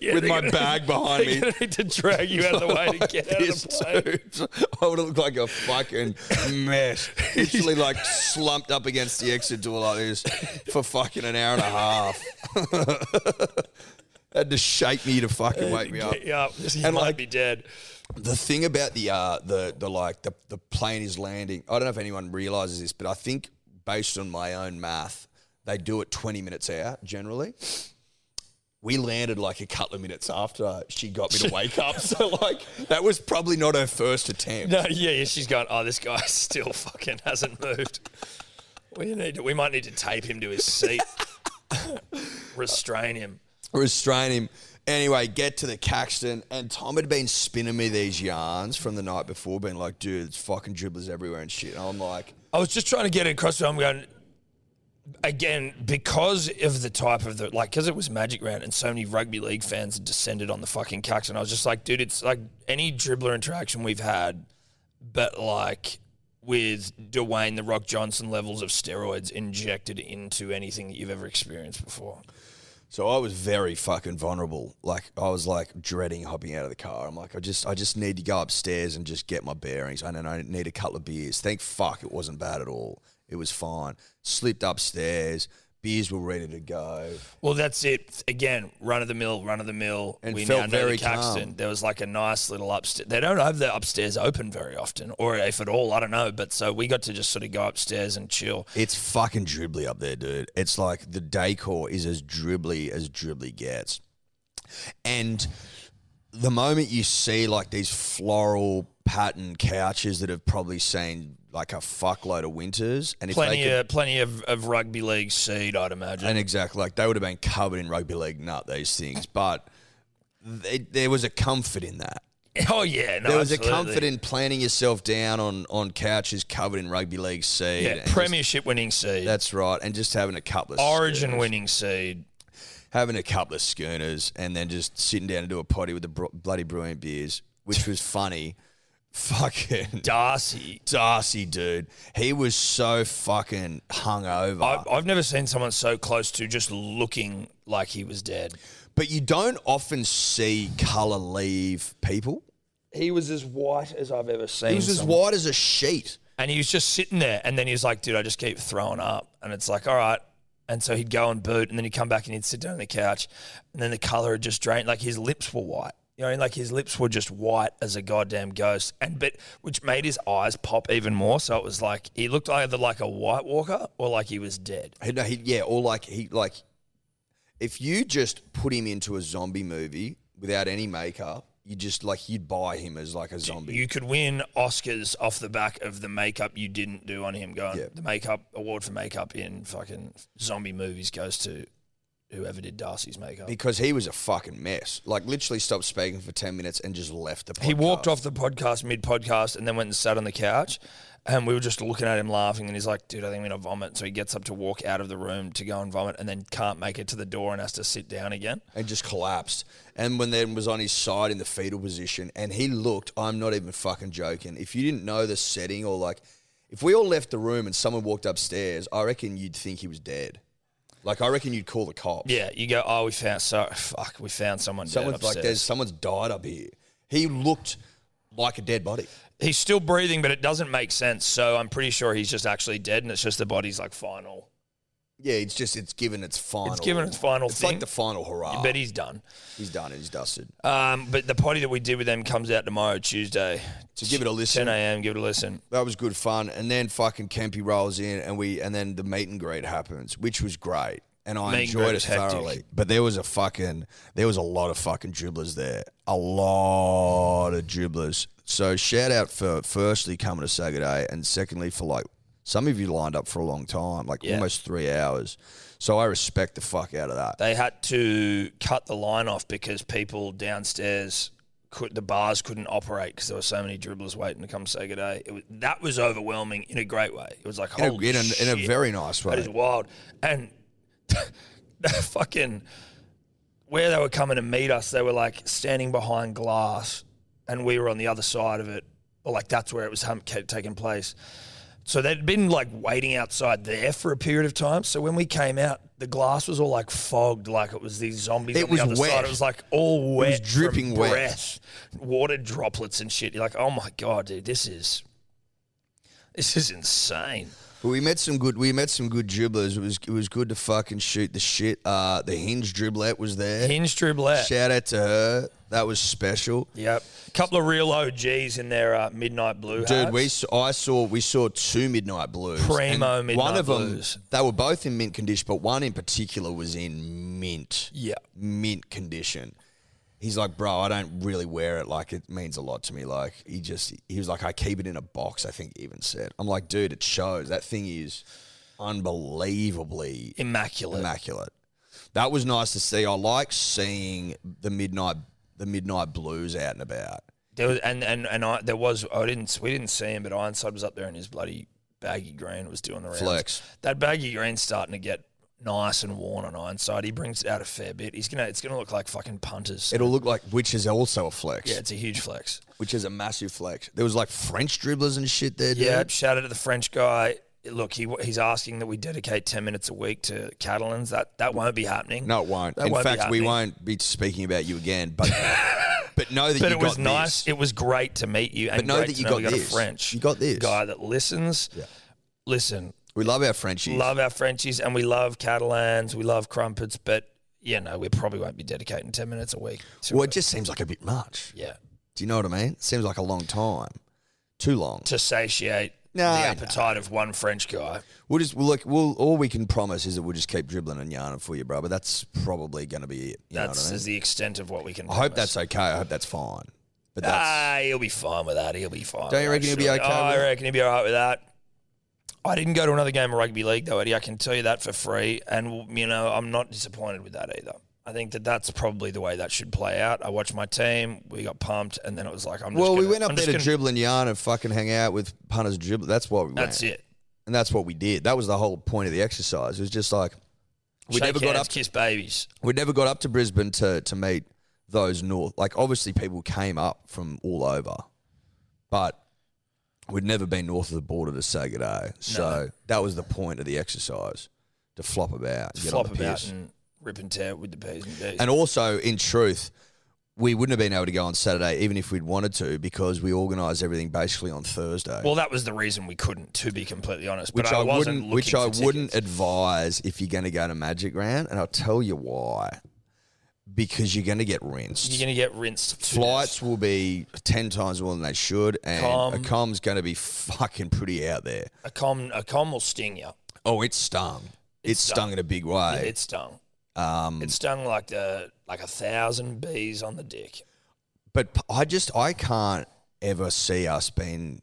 Yeah, with they're my gonna- bag behind They're me. gonna need to drag you out of the way to get out of This the plane. dude, I would have looked like a fucking mess. Literally, like slumped up against the exit door like this for fucking an hour and a half. Had to shake me to fucking wake me up. Get you up. You And might like- be dead. The thing about the uh, the the like the, the plane is landing. I don't know if anyone realizes this, but I think based on my own math, they do it twenty minutes out generally. We landed like a couple of minutes after she got me to wake up, so like that was probably not her first attempt. No, yeah, yeah. She's going. Oh, this guy still fucking hasn't moved. We need. To, we might need to tape him to his seat. Restrain him. restrain him. Anyway, get to the Caxton, and Tom had been spinning me these yarns from the night before, being like, "Dude, it's fucking dribblers everywhere and shit." And I'm like, I was just trying to get it across. So I'm going again because of the type of the like because it was magic round and so many rugby league fans descended on the fucking cucks and I was just like, dude, it's like any dribbler interaction we've had, but like with Dwayne the Rock Johnson levels of steroids injected into anything that you've ever experienced before. So I was very fucking vulnerable. Like I was like dreading hopping out of the car. I'm like, I just, I just need to go upstairs and just get my bearings. And then I need a couple of beers. Thank fuck, it wasn't bad at all. It was fine. Slipped upstairs. Beers were ready to go. Well, that's it. Again, run of the mill, run of the mill. And felt very calm. There was like a nice little upstairs. They don't have the upstairs open very often, or if at all, I don't know. But so we got to just sort of go upstairs and chill. It's fucking dribbly up there, dude. It's like the decor is as dribbly as dribbly gets. And the moment you see like these floral pattern couches that have probably seen like a fuckload of winters, and if they Plenty could- of plenty of, of rugby league seed, I'd imagine. And exactly, like they would have been covered in rugby league nut these things, but they, there was a comfort in that. oh yeah, no, There was absolutely. a comfort in planting yourself down on on couches covered in rugby league seed. yeah, and just- premiership winning seed, that's right, and just having a couple of Origin schooners- winning seed. having a couple of schooners, and then just sitting down to do a potty with the bro- bloody brewing beers, which was funny. Fucking Darcy, Darcy, dude, he was so fucking hungover. I, I've never seen someone so close to just looking like he was dead. but you don't often see color leave people. He was as white as I've ever seen. He was as white as a sheet. And he was just sitting there. And then he was like, dude, I just keep throwing up. And it's like, all right. And so he'd go and boot. And then he'd come back and he'd sit down on the couch. And then the color had just drained. Like his lips were white. You know, what I mean? like his lips were just white as a goddamn ghost. And but which made his eyes pop even more. So it was like he looked either like a white walker or like he was dead. He- no, he- yeah, or like he like if you just put him into a zombie movie without any makeup, you just like you'd buy him as like a zombie. You could win Oscars off the back of the makeup you didn't do on him. Going Yeah. the makeup award for makeup in fucking zombie movies goes to whoever did Darcy's makeup. because he was a fucking mess. Like literally stopped speaking for ten minutes and just left the. Podcast. He walked off the podcast mid podcast and then went and sat on the couch. And we were just looking at him laughing. And he's like, dude, I think I'm going to vomit. So he gets up to walk out of the room to go and vomit and then can't make it to the door and has to sit down again. and just collapsed. And when then was on his side in the fetal position, and he looked. I'm not even fucking joking. If you didn't know the setting or like, if we all left the room and someone walked upstairs, I reckon you'd think he was dead. Like I reckon you'd call the cops. Yeah. You go, oh, we found, so fuck, we found someone dead someone's upstairs. like there's someone's died up here. He looked like a dead body. he's still breathing, but it doesn't make sense. So I'm pretty sure he's just actually dead. And it's just the body's like final. Yeah, it's just it's given its final. It's given its final It's thing. like the final hurrah. But he's done. he's done it. He's dusted. Um, but the party that we did with them comes out tomorrow, Tuesday. So give it a listen. 10 a.m. Give it a listen. that was good fun. And then fucking Kempy rolls in, and we and then the meet and greet happens, which was great, and I Meet and enjoyed greet it was hectic. thoroughly. But there was a fucking there was a lot of fucking dribblers there, a lot of dribblers. So shout out for firstly coming to Sagaday, and secondly for like some of you lined up for a long time, like Yeah. almost three hours. So I respect the fuck out of that. they had to cut the line off because people downstairs could the bars couldn't operate because there were so many dribblers waiting to come say good day. It was, that was overwhelming in a great way. It was like In a, holy in, a, shit, in a very nice that is way. wild. And the fucking where they were coming to meet us, they were like standing behind glass, and we were on the other side of it. Or like that's where it was hum- kept taking place. So they'd been like waiting outside there for a period of time. So when we came out, the glass was all like fogged, like it was these zombies It on was the other wet. side. It was like all wet, from dripping wet. breath, water droplets and shit. You're like, oh my god, dude, this is this is insane. But we met some good. We met some good dribblers. It was it was good to fucking shoot the shit. Uh, the hinge driblet was there. Hinge dribbler. Shout out to her. That was special, Yep. Couple of real OGs in their uh, midnight blue hats. dude. We s- I saw we saw two midnight blues. Primo and One Midnight of them, Blues. they were both in mint condition, but one in particular was in mint, yeah. mint condition. He's like, bro, I don't really wear it. Like, it means a lot to me. Like, he just, he was like, I keep it in a box. I think he even said, I'm like, dude, it shows. That thing is unbelievably Immaculate. immaculate. That was nice to see. I like seeing the midnight, the midnight blues out and about. There was, and and and I, there was I didn't we didn't see him, but Ironside was up there in his bloody baggy green was doing the rounds. Flex. That baggy green's starting to get nice and worn on Ironside. He brings it out a fair bit. He's gonna it's gonna look like fucking punters. It'll look like which is also a flex, yeah, it's a huge flex. which is a massive flex. There was like French dribblers and shit there. Dude. Yeah, shout out to the French guy. Look, he he's asking that we dedicate ten minutes a week to Catalans. That that won't be happening. No, it won't. That In won't be fact, we happening. won't be speaking about you again. But but know that But you it was got nice. this. It was great to meet you, and But know great that to you know got we got this. a French. You got this. guy that listens. Listen, We love our Frenchies. love our Frenchies, and we love Catalans. We love crumpets, but you know we probably won't be dedicating ten minutes a week. To well, it it. just seems like a bit much. yeah, Do you know what I mean? It seems like a long time. Too long. to satiate No, the no. appetite of one French guy. We'll just we'll look. We'll all we can promise is that we'll just keep dribbling and yarning for you, bro. But that's probably going to be it. You That's know what I mean? is the extent of what we can. I hope promise. that's okay. I hope that's fine. But that's Ah, he'll be fine with that. He'll be fine. Don't you with reckon that, he'll be surely. okay I with it? reckon he'll be all right with that. I didn't go to another game of rugby league though, Eddie. I can tell you that for free, and you know I'm not disappointed with that either. I think that that's probably the way that should play out. I watched my team. We got pumped, and then it was like I'm. Just well, we gonna- went up I'm there just to gonna- dribble and yarn and fucking hang out with punters dribble. That's why we went. That's it. and that's what we did. That was the whole point of the exercise. It was just like we Shake never got hands, up. kiss babies. we never got up to Brisbane to to meet those north. Like obviously, people came up from all over, but we'd never been north of the border to say good day. So that was the point of the exercise to flop about, get flop on the about piss. and rip and tear with the P's and D's. And also, in truth, we wouldn't have been able to go on Saturday even if we'd wanted to because we organised everything basically on Thursday. well, that was the reason we couldn't, to be completely honest. which but I, I, wasn't wouldn't, which looking I for tickets. wouldn't advise if you're going to go to Magic Round, and I'll tell you why. Because you're going to get rinsed. You're gonna get rinsed. to Flights will be ten times more than they should, and Com. a com's going to be fucking pretty out there. death. A com, a com will sting you. Oh, it's stung. It's, stung. stung. in a big way. It stung. um, It stung like the like a thousand bees on the dick. But p- I just I can't ever see us being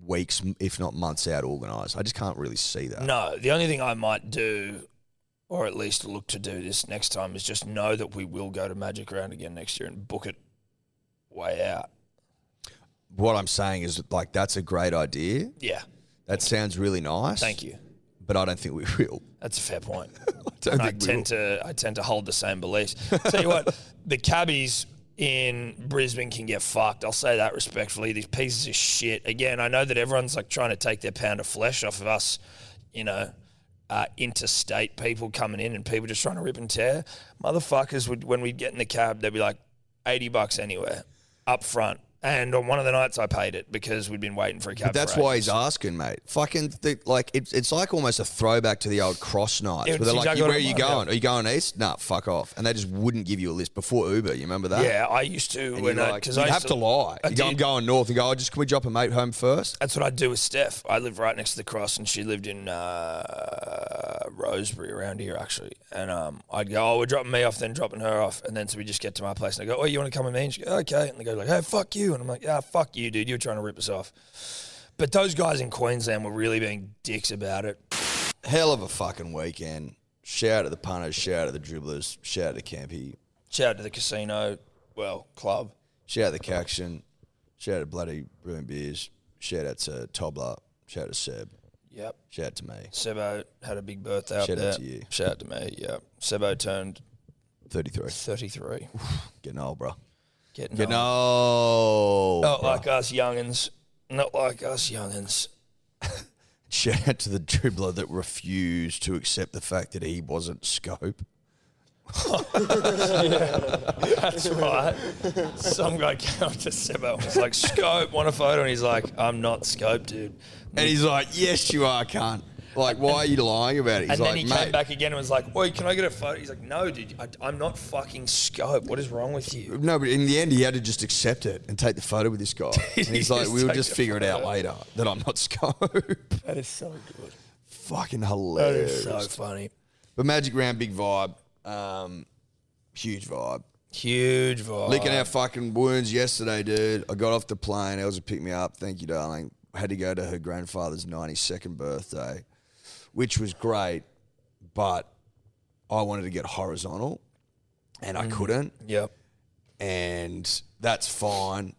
weeks, m- if not months, out organised. I just can't really see that. No, the only thing I might do, or at least look to do this next time, is just know that we will go to Magic Round again next year and book it way out. What I'm saying is, like, that's a great idea. Yeah. That sounds really nice. Thank you. But I don't think we will. That's a fair point. I don't And I think we will. tend to I tend to hold the same beliefs. Tell you what, the cabbies in Brisbane can get fucked. I'll say that respectfully. These pieces of shit. Again, I know that everyone's like trying to take their pound of flesh off of us, you know, uh, interstate people coming in and people just trying to rip and tear. Motherfuckers would when we'd get in the cab, they'd be like eighty bucks anywhere up front. And on one of the nights, I paid it because we'd been waiting for a cab. But that's for why ages. he's asking, mate. Fucking, th- like, it's, it's like almost a throwback to the old cross nights It's where they're like, exactly where what are it you was, going? Are you going east? Nah, fuck off. And they just wouldn't give you a list before Uber. You remember that? Yeah, I used to And when you're I like, because you I used have to, lie. I You go, I'm did. going north. You go, oh, just can we drop a mate home first? That's what I do with Steph. I live right next to the cross, and she lived in uh, Rosebery around here, actually. And um, I'd go, "Oh, we're dropping me off, then dropping her off, and then so we just get to my place." And I go, "Oh, you want to come with me?" And she goes, "Okay." And they go, "Like, hey, fuck you," and I'm like, "Yeah, fuck you, dude. You're trying to rip us off." But those guys in Queensland were really being dicks about it. Hell of a fucking weekend. Shout out to the punters. Shout out to the dribblers. Shout out to Campy. Shout out to the casino, well, club. Shout out to Caxton. Shout out to Bloody Brewing Beers. Shout out to Tobler. Shout out to Seb. Yep. Shout out to me. Sebo had a big birthday up Shout out there. to you. Shout out to me. Yeah. Sebo turned 33. 33. Getting old, bro. Getting Getting old. Not old. bruh. like us youngins. Not like us youngins. Shout out to the dribbler that refused to accept the fact that he wasn't scope. That's right. Some guy came up to Sebo and was like, Scope, want a photo? And he's like, I'm not Scope, dude. And he's like, yes, you are, cunt. Like, why are you lying about it? He's and like, then he mate, came back again and was like, Oi, can I get a photo? He's like, No, dude, I, I'm not fucking Scope. What is wrong with you? No, but in the end, he had to just accept it and take the photo with this guy. And he's like, Just we'll take just the figure it out photo." later that I'm not scope. That is so good. Fucking That hilarious. is so funny. but Magic Round, big vibe. Um, huge vibe. Huge vibe. Licking our fucking wounds yesterday, dude. I got off the plane. Elsa picked me up. Thank you, darling. Had to go to her grandfather's 92nd birthday, which was great, but I wanted to get horizontal and I couldn't. Yep. and that's fine.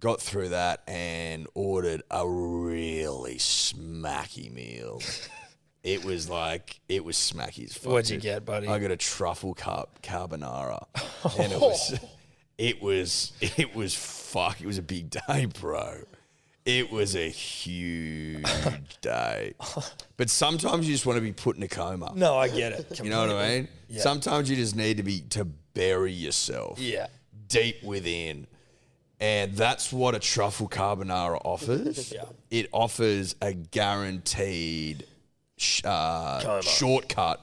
Got through that and ordered a really smacky meal. it was like it was smacky as fuck. What'd you dude. get, buddy? I got a truffle car- carbonara, and it was it was it was fuck. It was a big day, bro. It was a huge day. But sometimes you just want to be put in a coma. No, I get it. You know what I mean? Yeah. Sometimes you just need to be to bury yourself Yeah. deep within. And that's what a truffle carbonara offers. Yeah. It offers a guaranteed sh- uh, Coma. shortcut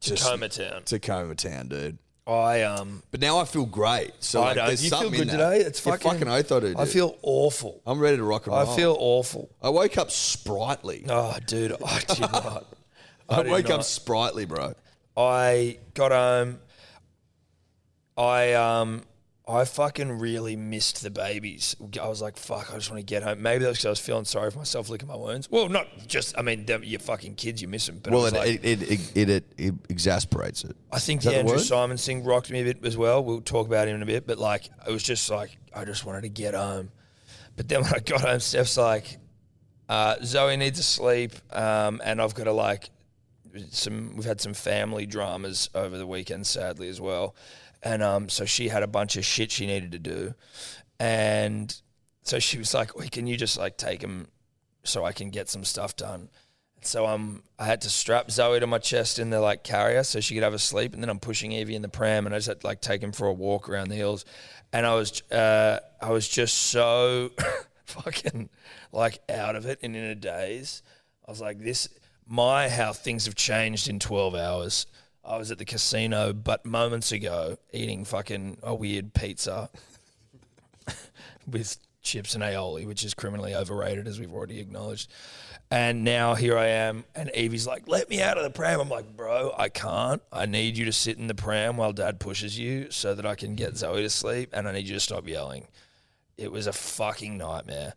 to, s- Coma Town. to Coma Town, dude. I um. But now I feel great. So I like, don't. there's You feel something in good that. today? It's Yeah, fucking- fucking oath I do. I dude. feel awful. I'm ready to rock and I roll. feel awful. I woke up sprightly. Oh, dude, I did not. I, did woke up not. sprightly, bro. I got home. I um I fucking really missed the babies. I was like, fuck, I just want to get home. Maybe that's because I was feeling sorry for myself, licking my wounds. Well, not just. I mean, them, your fucking kids, you miss them. But Well, it was it, like, it, it, it, it, it exasperates it. I think that the the Andrew word? Simon thing rocked me a bit as well. We'll talk about him in a bit, but like it was just like I just wanted to get home. But then when I got home, Steph's like, uh, Zoe needs to sleep, um, and I've got to like some. We've had some family dramas over the weekend, sadly as well, and um, so she had a bunch of shit she needed to do, and so she was like, "Wait, can you just like take him so I can get some stuff done?" So I'm I had to strap Zoe to my chest in the like carrier so she could have a sleep, and then I'm pushing Evie in the pram, and I just had to like take him for a walk around the hills, and I was uh, I was just so fucking like out of it and in a daze. I was like, this my how things have changed in 12 hours. I was at the casino, but moments ago eating fucking a weird pizza with chips and aioli, which is criminally overrated, as we've already acknowledged. And now here I am, and Evie's like, "Let me out of the pram." I'm like, "Bro, I can't. I need you to sit in the pram while Dad pushes you, so that I can get Zoe to sleep, and I need you to stop yelling." It was a fucking nightmare,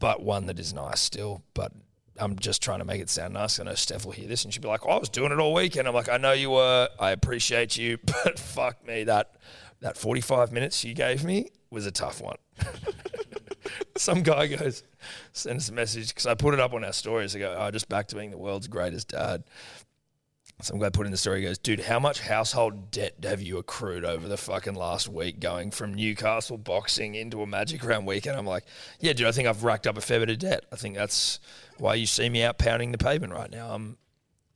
but one that is nice still. But I'm just trying to make it sound nice. I know Steph will hear this and she'll be like, oh, I was doing it all weekend. I'm like, I know you were. I appreciate you, but fuck me, that that 45 minutes you gave me was a tough one. Some guy goes, send us a message because I put it up on our stories. I go, oh, just back to being the world's greatest dad. Some guy put in the story he goes, dude, how much household debt have you accrued over the fucking last week going from Newcastle boxing into a magic round weekend? I'm like, yeah, dude, I think I've racked up a fair bit of debt. I think that's why you see me out pounding the pavement right now. I'm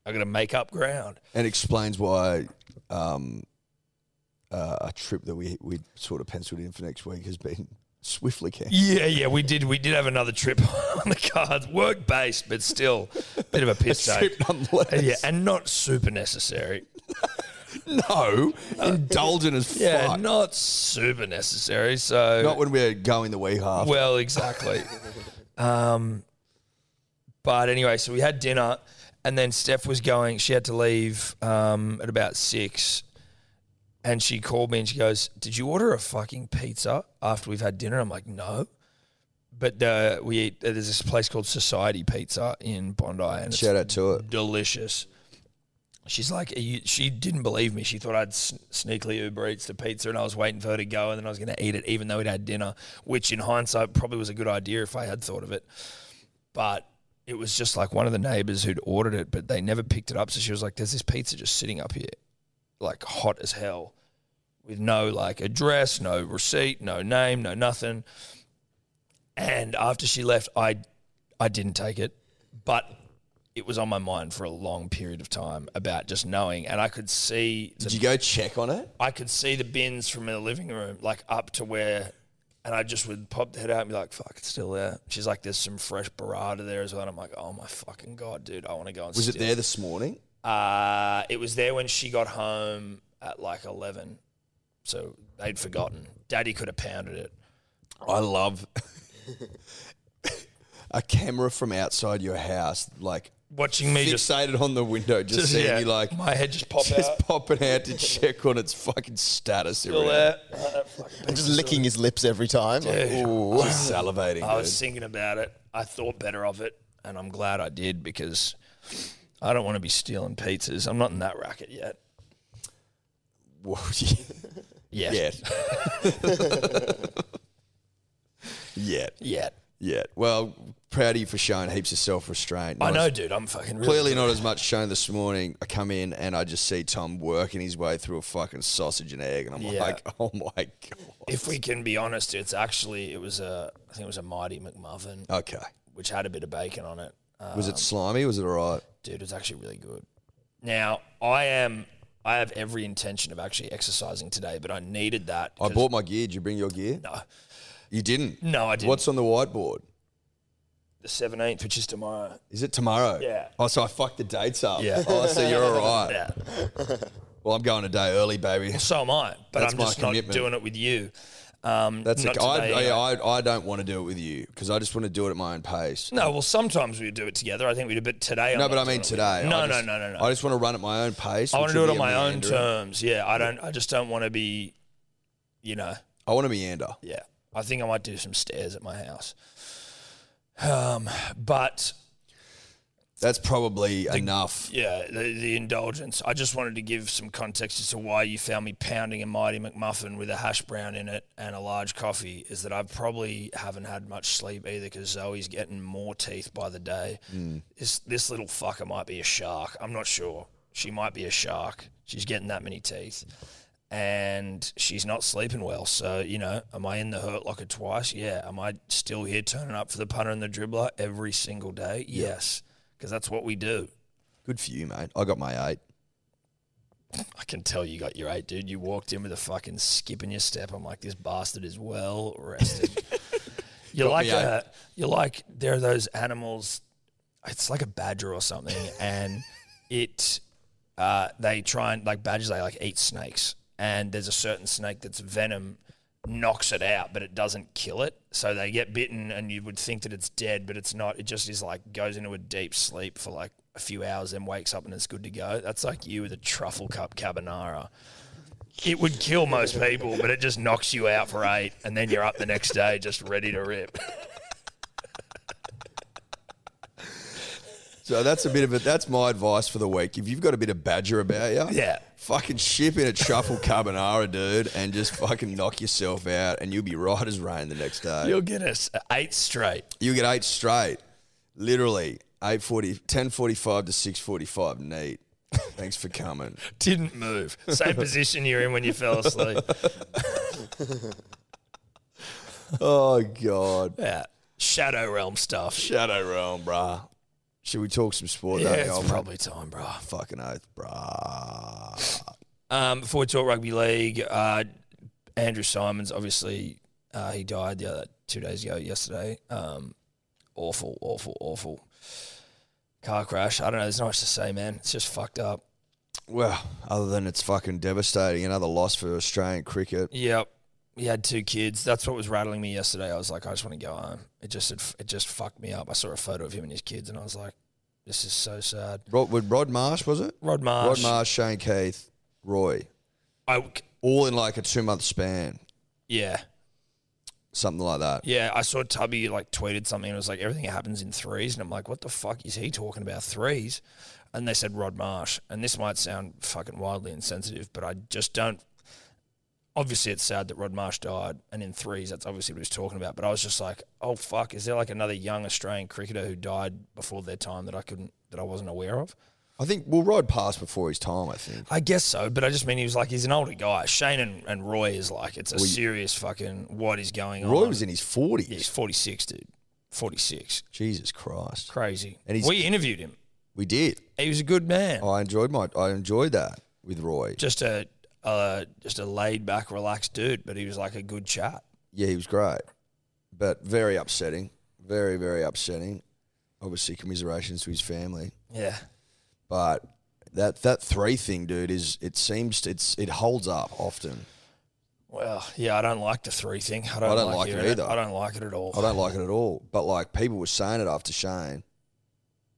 I gotta make up ground. And explains why um, uh, a trip that we we sort of penciled in for next week has been swiftly cancelled. Yeah, yeah, we did we did have another trip on the cards. Work based, but still bit of a piss A take. trip nonetheless. Yeah, and not super necessary. No, indulgent as Yeah, fuck. not super necessary. So Not when we're going the week half. Well, exactly. um, but anyway, so we had dinner, and then Steph was going. She had to leave um, at about six, and she called me and she goes, "Did you order a fucking pizza after we've had dinner?" I'm like, "No." But uh, we eat. There's this place called Society Pizza in Bondi, and it's Shout out to it. delicious. She's like, Are you, she didn't believe me. She thought I'd sn- sneakily Uber Eats the pizza, and I was waiting for her to go, and then I was going to eat it, even though we'd had dinner, which in hindsight probably was a good idea if I had thought of it. But it was just like one of the neighbors who'd ordered it, but they never picked it up. So she was like, There's this pizza just sitting up here, like hot as hell, with no like address, no receipt, no name, no nothing. And after she left, I I didn't take it, but it was on my mind for a long period of time about just knowing, and I could see the, Did you go check on it? I could see the bins from the living room, like up to where, and I just would pop the head out and be like, "Fuck, it's still there." She's like, "There's some fresh burrata there as well," and I'm like, "Oh my fucking god, dude, I want to go and." Was it steal there this morning? uh, it was there when she got home at like 11. So they'd forgotten. Daddy could have pounded it. I love a camera from outside your house, like Watching me just, fixated on the window, just, just seeing yeah, you like my head just pop just out. popping out to check on its fucking status. Still every there. Uh, uh, fucking And just licking his lips every time. Like, Dude. ooh. hour. Just salivating. I dude. was thinking about it. I thought better of it, and I'm glad I did because I don't want to be stealing pizzas. I'm not in that racket yet. Whoa, yeah. Yet. Yet. Yet. Yet. Yet. Well, proud of you for showing heaps of self restraint. I know, dude. I'm fucking really Clearly not as much shown this morning. I come in and I just see Tom working his way through a fucking sausage and egg, and I'm Yeah. like, oh my god. If we can be honest, it's actually it was a I think it was a mighty McMuffin, Okay. which had a bit of bacon on it. Uh, Was it slimy? Was it all right? dude it's actually really good now i am i have every intention of actually exercising today but i needed that I 'cause- bought my gear. Did you bring your gear? no You didn't. no i didn't What's on the whiteboard? the 17th which is tomorrow Is it tomorrow? Yeah. Oh, so I fucked the dates up. Yeah. Oh, so you're all right. yeah Well, I'm going a day early, baby. so am i but That's i'm my just not commitment. doing it with you um That's not okay. I, today, I, uh, I, I don't want to do it with you because I just want to do it at my own pace. no well sometimes we do it together i think we do but today I'm No, not but I doing mean it with today. you. no I no just- no no no I just want to run at my own pace. i want which to do will it on be my a own meandering. terms yeah i don't i just don't want to be you know I want to meander. Yeah. I think I might do some stairs at my house. Um, but That's probably enough. yeah, the, the indulgence. I just wanted to give some context as to why you found me pounding a mighty McMuffin with a hash brown in it and a large coffee. Is that I probably haven't had much sleep either because Zoe's getting more teeth by the day. This this little fucker might be a shark. I'm not sure. She might be a shark. She's getting that many teeth, and she's not sleeping well. So you know, am I in the hurt locker twice? Yeah. Am I still here turning up for the punter and the dribbler every single day? Yes, because that's what we do. Good for you, mate. I got my eight. I can tell you got your eight, dude. You walked in with a fucking skip in your step. I'm like, this bastard is well rested. you're like me a, you're like there are those animals. It's like a badger or something, and it uh, they try and like badgers. They like eat snakes, and there's a certain snake that's venom knocks it out, but it doesn't kill it. So they get bitten, and you would think that it's dead, but it's not. It just is like goes into a deep sleep for like a few hours, then wakes up and it's good to go. That's like you with a truffle cup carbonara. It would kill most people, but it just knocks you out for eight, and then you're up the next day just ready to rip. So that's a bit of it. That's my advice for the week. If you've got a bit of badger about you, Yeah. fucking ship in a truffle carbonara, dude, and just fucking knock yourself out, and you'll be right as rain the next day. You'll get us eight straight. You get eight straight, literally 8.40, 10.45 to 6.45 neat. Thanks for coming. Didn't move. Same position you're in when you fell asleep. Oh, God. Yeah. Shadow realm stuff. Shadow Realm, bruh. Should we talk some sport? Yeah, though, it's Goldman? probably time, bro. Fucking oath, bruh. Um, before we talk rugby league, uh, Andrew Simons, obviously, uh, he died the other two days ago, yesterday. Um, awful, awful, awful car crash. I don't know. There's not much to say, man. It's just fucked up. Well, other than it's fucking devastating, another loss for Australian cricket. Yep. We had two kids. That's what was rattling me yesterday. I was like, I just want to go home. It just it, it just fucked me up. I saw a photo of him and his kids, and I was like, this is so sad. Rod, with Rod Marsh, was it? Rod Marsh. Rod Marsh, Shane Keith, Roy. I, All in like a two month span, yeah. something like that. Yeah, I saw Tubby like tweeted something. It was like everything happens in threes, and I'm like, what the fuck is he talking about threes? And they said Rod Marsh, and this might sound fucking wildly insensitive, but I just don't. Obviously, it's sad that Rod Marsh died, and in threes, that's obviously what he was talking about. But I was just like, oh fuck, is there like another young Australian cricketer who died before their time that I couldn't, that I wasn't aware of? I think, well, Rod passed before his time, I think. I guess so, but I just mean he was like he's an older guy. Shane and, and Roy is like it's a Well, you- serious fucking what is going on. Roy was in his 40s. Yeah, he's 46, dude. 46. Jesus Christ. Crazy. And he's- Oh. we interviewed him. We did. He was a good man. I enjoyed my, I enjoyed that with Roy. Just a uh, just a laid back, relaxed dude, but he was like a good chat. Yeah, he was great, but very upsetting. Very, very upsetting. Obviously, commiserations to his family. Yeah. but that that three thing, dude, is it seems it's it holds up often. Well, yeah, I don't like the three thing. I don't, I don't like it hearing either. I don't like it at all. I don't like it at all. But like people were saying it after Shane,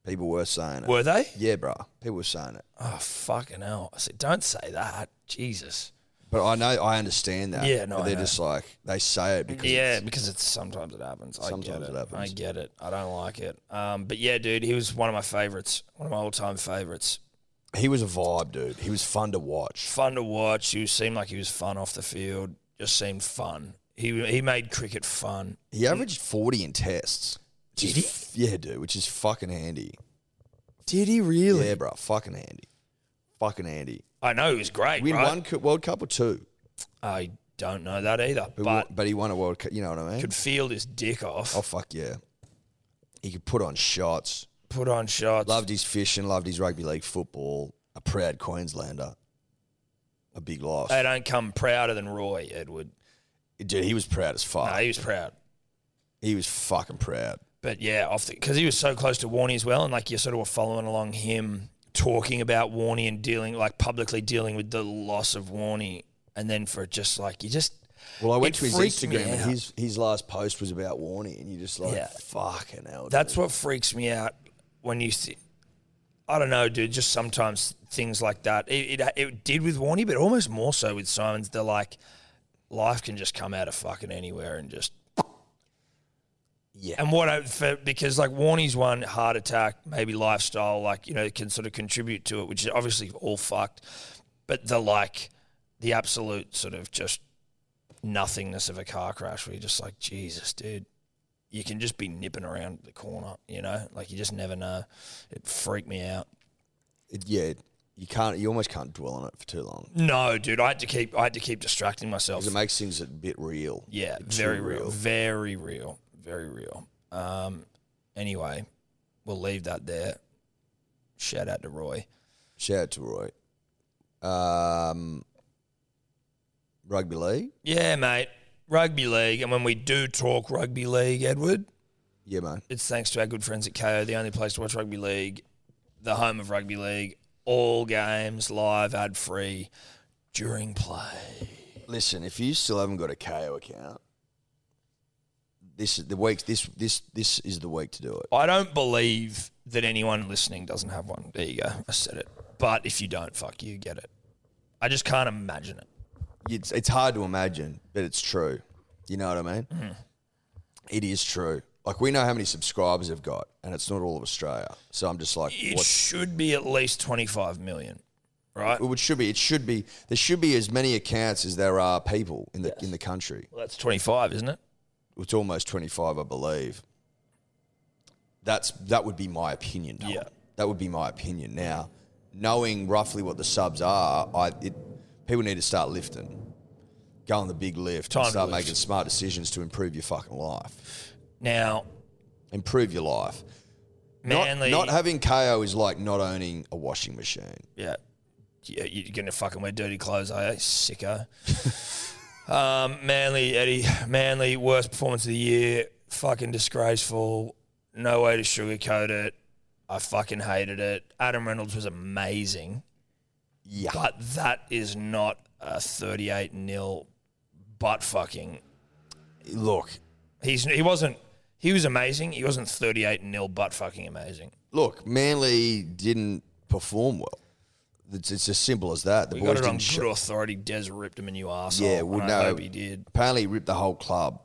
people were saying it. Were they? Yeah, bro, people were saying it. Oh fucking hell! I said, don't say that, Jesus. But I know I understand that. Yeah, no, but I they're know. just like they say it because yeah, it's- because it's sometimes it happens. I Sometimes get it it. I happens. get it. I don't like it. Um, but yeah, dude, he was one of my favorites. One of my all time favorites. he was a vibe, dude. He was fun to watch. fun to watch. He seemed like he was fun off the field. Just seemed fun. He he made cricket fun. He averaged forty in tests. which is Did he? f- Yeah, dude, which is fucking handy. Did he really? Yeah, bro, fucking handy, fucking handy. I know he was great. Win right? one cu- World Cup or two, I don't know that either, but, but but he won a World Cup. You know what I mean? could field his dick off. Oh fuck yeah! He could put on shots. Put on shots. Loved his fishing. Loved his rugby league football. A proud Queenslander. A big loss. They don't come prouder than Roy Edward. Dude, he was proud as fuck. No, he was proud. He was fucking proud. But yeah, off because he was so close to Warney as well, and like you sort of were following along him talking about Warney and dealing like publicly dealing with the loss of Warney, and then for just like you just Well, I went It to his freaked me Instagram and out. his his last post was about Warney, and you're just like, Yeah. fucking hell. dude. That's what freaks me out when you see. I don't know, dude. Just sometimes things like that. It, it, it did with Warney, but almost more so with Simons. They're like, life can just come out of fucking anywhere and just. Yeah. And what I, for, because like Warney's one heart attack, maybe lifestyle, like, you know, can sort of contribute to it, which is obviously all fucked. But the like, the absolute sort of just nothingness of a car crash where you're just like, Jesus, dude you can just be nipping around the corner, you know? Like you just never know. It freaked me out. It- yeah. You can't. You almost can't dwell on it for too long. No, dude, I had to keep I had to keep distracting myself. 'Cause It makes things a bit real. yeah, Too very real. Very real. Very real. Um anyway, we'll leave that there. Shout out to Roy. Shout out to Roy. Um, rugby league. Yeah, mate. Rugby league, and when we do talk rugby league, Edward, Yeah, man. it's thanks to our good friends at KO, the only place to watch rugby league, the home of rugby league, all games live, ad free, during play. Listen, if you still haven't got a KO account, this is the week. This this this is the week to do it. I don't believe that anyone listening doesn't have one. There you go. I said it. But if you don't, fuck you, get it. I just can't imagine it. It's it's hard to imagine, but it's true. You know what I mean? It is true. Like we know how many subscribers they've got, and it's not all of Australia. So I'm just like, It what? should be at least 25 million, right? It should be. It should be. There should be as many accounts as there are people in the in the country. Well, that's 25, isn't it? It's almost 25, I believe. That's that would be my opinion. Tom. Yeah. that would be my opinion. Now, knowing roughly what the subs are, I it, people need to start lifting, go on the big lift, Time and to start lift. making smart decisions to improve your fucking life, Now, improve your life. Not- Manly. not having KO is like not owning a washing machine. Yeah. yeah you're going to fucking wear dirty clothes, are you? Sicko. um, Manly, Eddie. Manly, worst performance of the year. Fucking disgraceful. No way to sugarcoat it. I fucking hated it. Adam Reynolds was amazing. Yeah. But that is not a 38 nil butt fucking. Look, He's he wasn't he was amazing. He wasn't 38 nil butt fucking amazing. look, Manly didn't perform well. It's, it's as simple as that. The We boys got it didn't on good show- authority. Des ripped him a new arsehole. Yeah, and well, I no. hope he did. Apparently, he ripped the whole club.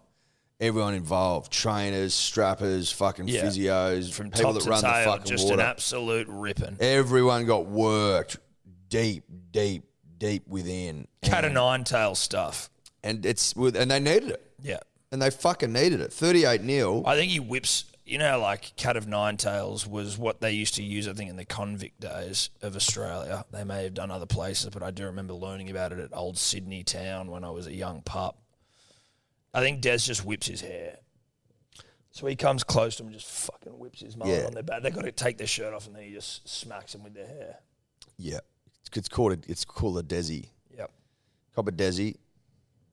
Everyone involved: trainers, strappers, fucking Yeah. physios, From people top that to run the tail, fucking just water. an absolute ripping. Everyone got worked deep, deep, deep within. Cat and, of nine tail stuff. and it's with, and they needed it, Yeah. and they fucking needed it. Thirty-eight 0 I think he whips, you know, like Cat of Nine Tails was what they used to use, I think, in the convict days of Australia. They may have done other places, but I do remember learning about it at old Sydney town when I was a young pup. I think Des just whips his hair. So he comes close to him and just fucking whips his mullet Yeah. on their back. They've got to take their shirt off and then he just smacks them with their hair. Yeah, it's called a, it's called a desi. Yep. Copper Desi.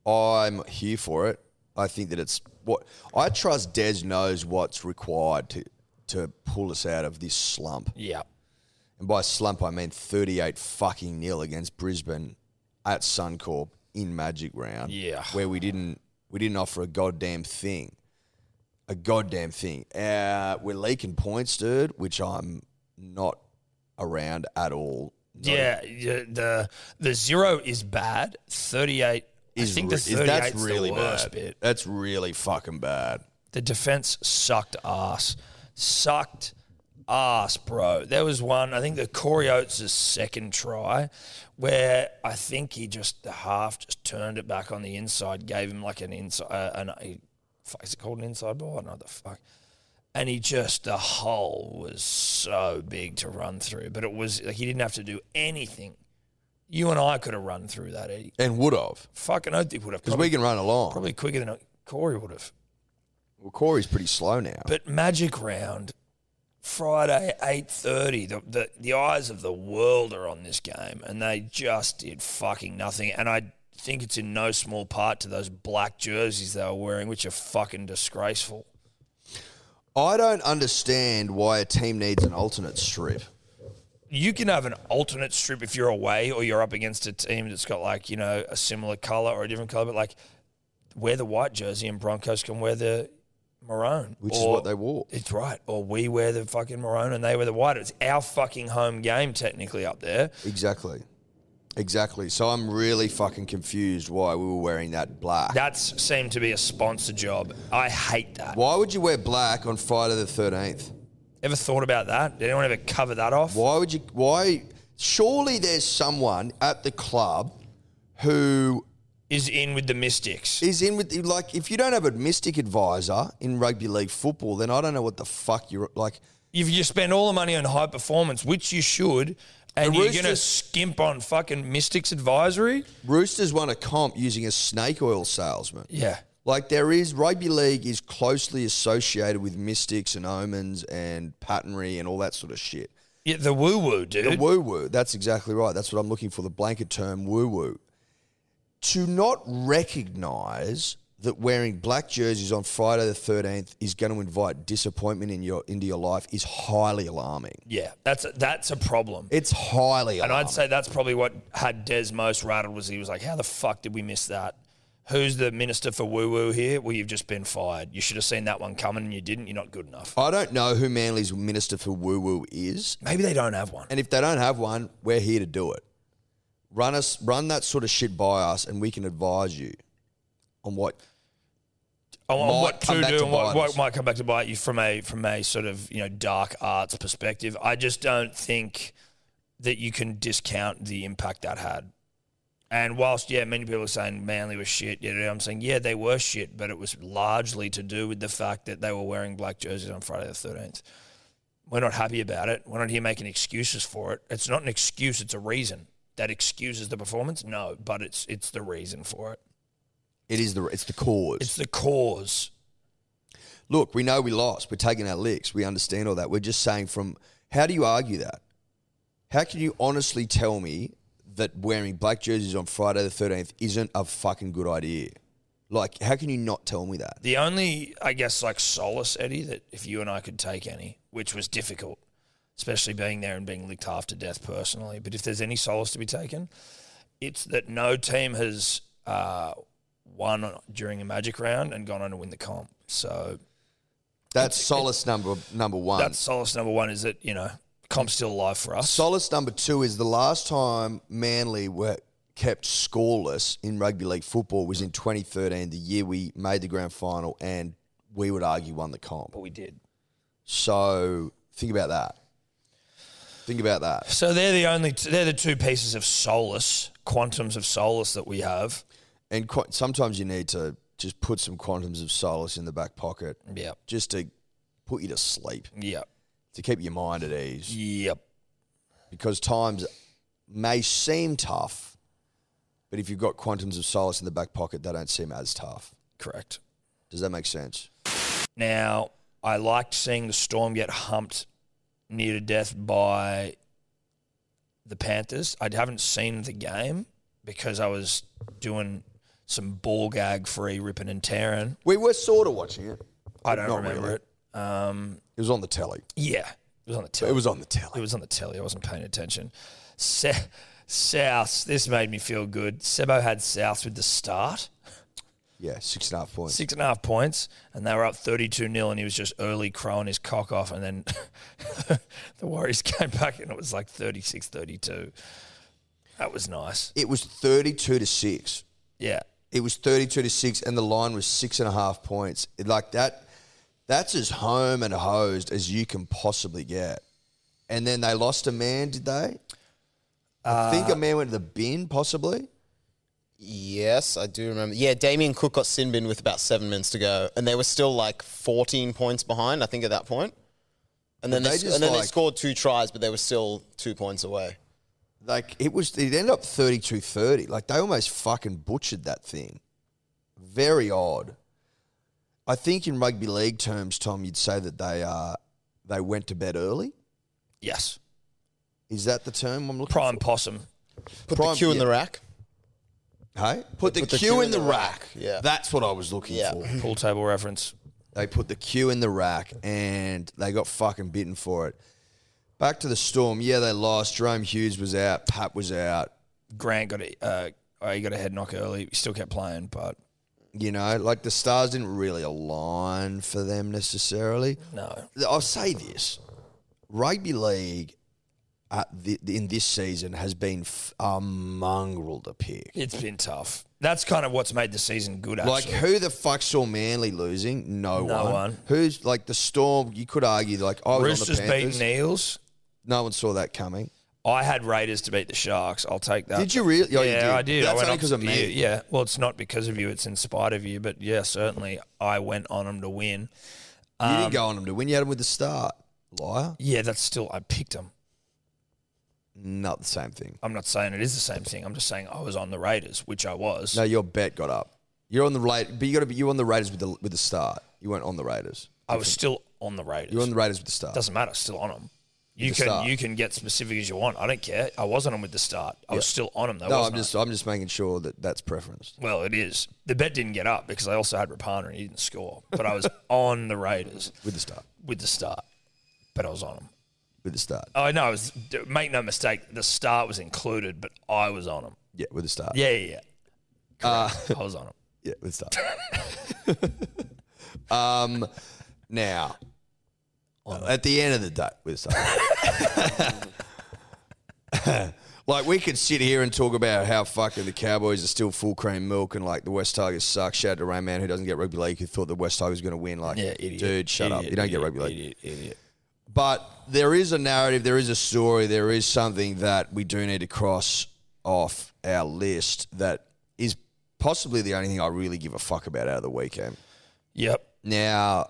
I'm here for it. I think that it's what I trust. Des knows what's required to to pull us out of this slump, Yep. and by slump I mean 38 fucking nil against Brisbane at Suncorp in Magic Round. Yeah. where we didn't we didn't offer a goddamn thing, a goddamn thing. Uh, we're leaking points, dude, which I'm not around at all. Not Yeah, yeah, the the zero is bad. Thirty eight. I think the re- thirty eight really the worst bad. bit. That's really fucking bad. The defense sucked ass, sucked ass, bro. There was one. I think the Corey Oates' second try, where I think he just the half just turned it back on the inside, gave him like an inside. Uh, an a, fuck, is it called an inside ball? I don't know what the fuck. And he just the hole was so big to run through, but it was like he didn't have to do anything. You and I could have run through that, Eddie. And would have. Fucking oath he would have. Because Probably, we can run along. probably quicker than Corey would have. Well, Corey's pretty slow now. But Magic Round, Friday, 8.30, the, the, the eyes of the world are on this game, and they just did fucking nothing. And I think it's in no small part to those black jerseys they were wearing, which are fucking disgraceful. I don't understand why a team needs an alternate strip. You can have an alternate strip if you're away or you're up against a team that's got, like, you know, a similar colour or a different colour, but, like, wear the white jersey and Broncos can wear the maroon. Which is Or- what they wore. It's right. Or we wear the fucking maroon and they wear the white. It's our fucking home game technically up there. Exactly. Exactly. So I'm really fucking confused why we were wearing that black. That seemed to be a sponsor job. I hate that. why would you wear black on Friday the 13th? Ever thought about that? Did anyone ever cover that off? Why would you? Why? Surely there's someone at the club who Is in with the Mystics. is in with like if you don't have a mystic advisor in rugby league football, then I don't know what the fuck you're like. If you spend all the money on high performance, which you should, and The you're Roosters- going to skimp on fucking Mystics advisory? Roosters won a comp using a snake oil salesman. Yeah. Like there is rugby league is closely associated with mystics and omens and patternry and all that sort of shit. Yeah, the woo woo, The dude. woo woo. That's exactly right. That's what I'm looking for. The blanket term woo woo. To not recognise that wearing black jerseys on Friday the 13th is going to invite disappointment in your into your life is highly alarming. yeah, that's a, that's a problem. It's highly And alarming. I'd say that's probably what had Des most rattled was he was like, how the fuck did we miss that? Who's the minister for woo woo here? Well, you've just been fired. You should have seen that one coming and you didn't. You're not good enough. I don't know who Manly's minister for woo woo is, Maybe they don't have one. and if they don't have one, we're here to do it. Run us, run that sort of shit by us, and we can advise you on what on might what come to back do to and what, bite what us. might come back to bite you from a from a sort of you know dark arts perspective. I just don't think that you can discount the impact that had. And whilst yeah, many people are saying Manly was shit, you know, I'm saying yeah they were shit, but it was largely to do with the fact that they were wearing black jerseys on Friday the 13th. We're not happy about it. We're not here making excuses for it. It's not an excuse; it's a reason. That excuses the performance, no, but it's it's the reason for it. It is the it's the cause. It's the cause. Look, we know we lost. We're taking our licks. We understand all that. We're just saying from how do you argue that? How can you honestly tell me that wearing black jerseys on Friday the 13th isn't a fucking good idea? Like, how can you not tell me that? The only, I guess, like solace, Eddie, that if you and I could take any, which was difficult, especially being there and being licked half to death personally, but if there's any solace to be taken, it's that no team has uh, won during a magic round and gone on to win the comp. So That's solace number number one. that's solace number one is that, you know, comp's still alive for us. Solace number two is the last time Manly were kept scoreless in rugby league football was in 2013, the year we made the grand final and we would argue won the comp. but we did. So think about that. Think about that. So they're the only, t- they're the two pieces of solace, quantums of solace that we have. And qu- sometimes you need to just put some quantums of solace in the back pocket Yep. just to put you to sleep, Yep. to keep your mind at ease. Yep. Because times may seem tough, but if you've got quantums of solace in the back pocket, they don't seem as tough. Correct. Does that make sense? Now, I liked seeing the Storm get humped near to death by the Panthers. I haven't seen the game because I was doing some ball gag free ripping and tearing. We were sort of watching it. I don't Not remember really. it. Um, It was on the telly. yeah, it was on the telly. It was on the It telly. was on the telly. I wasn't paying attention. Se- South. This made me feel good. Sebo had South with the start. Yeah, six and a half points. six and a half points, and they were up 32 0, and he was just early crowing his cock off. And then the Warriors came back, and it was like 36 32. That was nice. It was 32 to six. Yeah. It was 32 to six, and the line was six and a half points. It- Like that, that's as home and hosed as you can possibly get. And then they lost a man, did they? I think a man went to the bin, possibly. Yes, I do remember. Yeah, Damien Cook got sin bin with about seven minutes to go, and they were still like 14 points behind, I think, at that point. And then But they, they sc- just, and then they like- scored two tries, but they were still two points away. Like it was, it ended up 32 30. Like they almost fucking butchered that thing. Very odd. I think in rugby league terms, Tom, you'd say that they uh, they went to bed early. Yes. Is that the term I'm looking Prime possum. Put Prime- the Q in yeah. the rack. for? Hey, put the, Q, in the, rack. Yeah. that's what I was looking Yeah. for. Pool table reference. They put the Q in the rack and they got fucking bitten for it. Back to the storm. Yeah, they lost. Jerome Hughes was out. Pat was out. Grant got a, uh, oh, he got a head knock early. He still kept playing, but You know, like the stars didn't really align for them necessarily. no. I'll say this: rugby league at the, in this season has been f- a mongrel to pick. It's been tough. That's kind of what's made the season good, Like actually. who the fuck saw Manly losing? No, No one. one. Who's like the Storm? You could argue like I was Roosters on the Panthers. beat Neils. No one saw that coming. I had Raiders to beat the Sharks. I'll take that. Did you really? Oh, you yeah, did. I did. I That's went only up- because of me. Yeah, yeah. Well, it's not because of you. It's in spite of you. But yeah, certainly I went on them to win. you um, didn't go on them to win. You had them with the start. Liar. Yeah, that's still, I picked them. Not the same thing. I'm not saying it is the same thing. I'm just saying I was on the Raiders, which I was. No, your bet got up. You're on the right, but you got to be. You were on the Raiders with the with the start. You weren't on the Raiders. I was still on the Raiders. You were on the Raiders with the start. Doesn't matter. Still on them. You the can start. you can get specific as you want. I don't care. I was on them with the start. I was still on them. Though, No, I'm wasn't I? just I'm just making sure that that's preference. Well, it is. The bet didn't get up because I also had Rapana and he didn't score. But I was on the Raiders With the start. with the start. But I was on them. With the start. Oh no, it was, d- make no mistake, the start was included, but I was on him. Yeah, with the start. Yeah, yeah, Uh, yeah. Correct. I was on him. Yeah, with the start. um now at the end of the day with the start. Like we could sit here and talk about how fucking the Cowboys are still full cream milk and like the West Tigers suck. Shout out to Rain Man who doesn't get rugby league who thought the West Tigers were going to win. Like, Yeah, idiot. dude, shut up. Idiot, You don't idiot, get rugby league. Idiot, idiot. But there is a narrative, there is a story, there is something that we do need to cross off our list that is possibly the only thing I really give a fuck about out of the weekend. Yep. Now,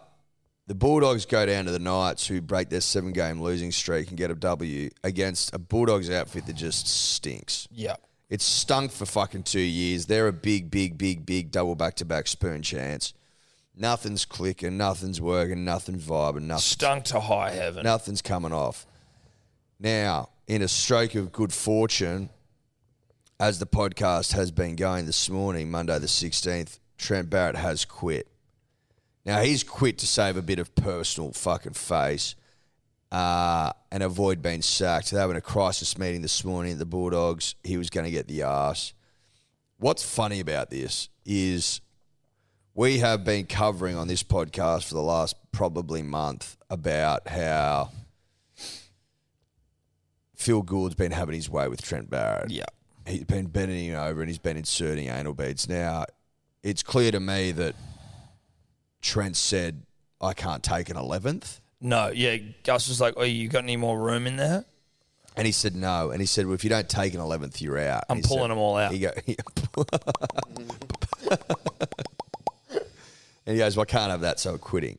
the Bulldogs go down to the Knights, who break their seven game losing streak and get a W against a Bulldogs outfit that just stinks. Yep. It's stunk for fucking two years. They're a big, big, big, big double back to back spoon chance. Nothing's clicking, nothing's working, nothing vibing, nothing. Stunk to high heaven. Nothing's coming off. Now, in a stroke of good fortune, as the podcast has been going this morning, Monday the 16th, Trent Barrett has quit. Now, he's quit to save a bit of personal fucking face uh, and avoid being sacked. They're having a crisis meeting this morning at the Bulldogs. He was going to get the arse. What's funny about this is we have been covering on this podcast for the last probably month about how Phil Gould's been having his way with Trent Barrett. Yeah. He's been bending him over and he's been inserting anal beads. Now, it's clear to me that Trent said, I can't take an 11th. No, yeah. Gus was like, "Oh, you got any more room in there?" And he said, no. And he said, well, if you don't take an 11th, you're out. I'm And he pulling said- them all out. He go, and he goes, well, I can't have that, so I'm quitting.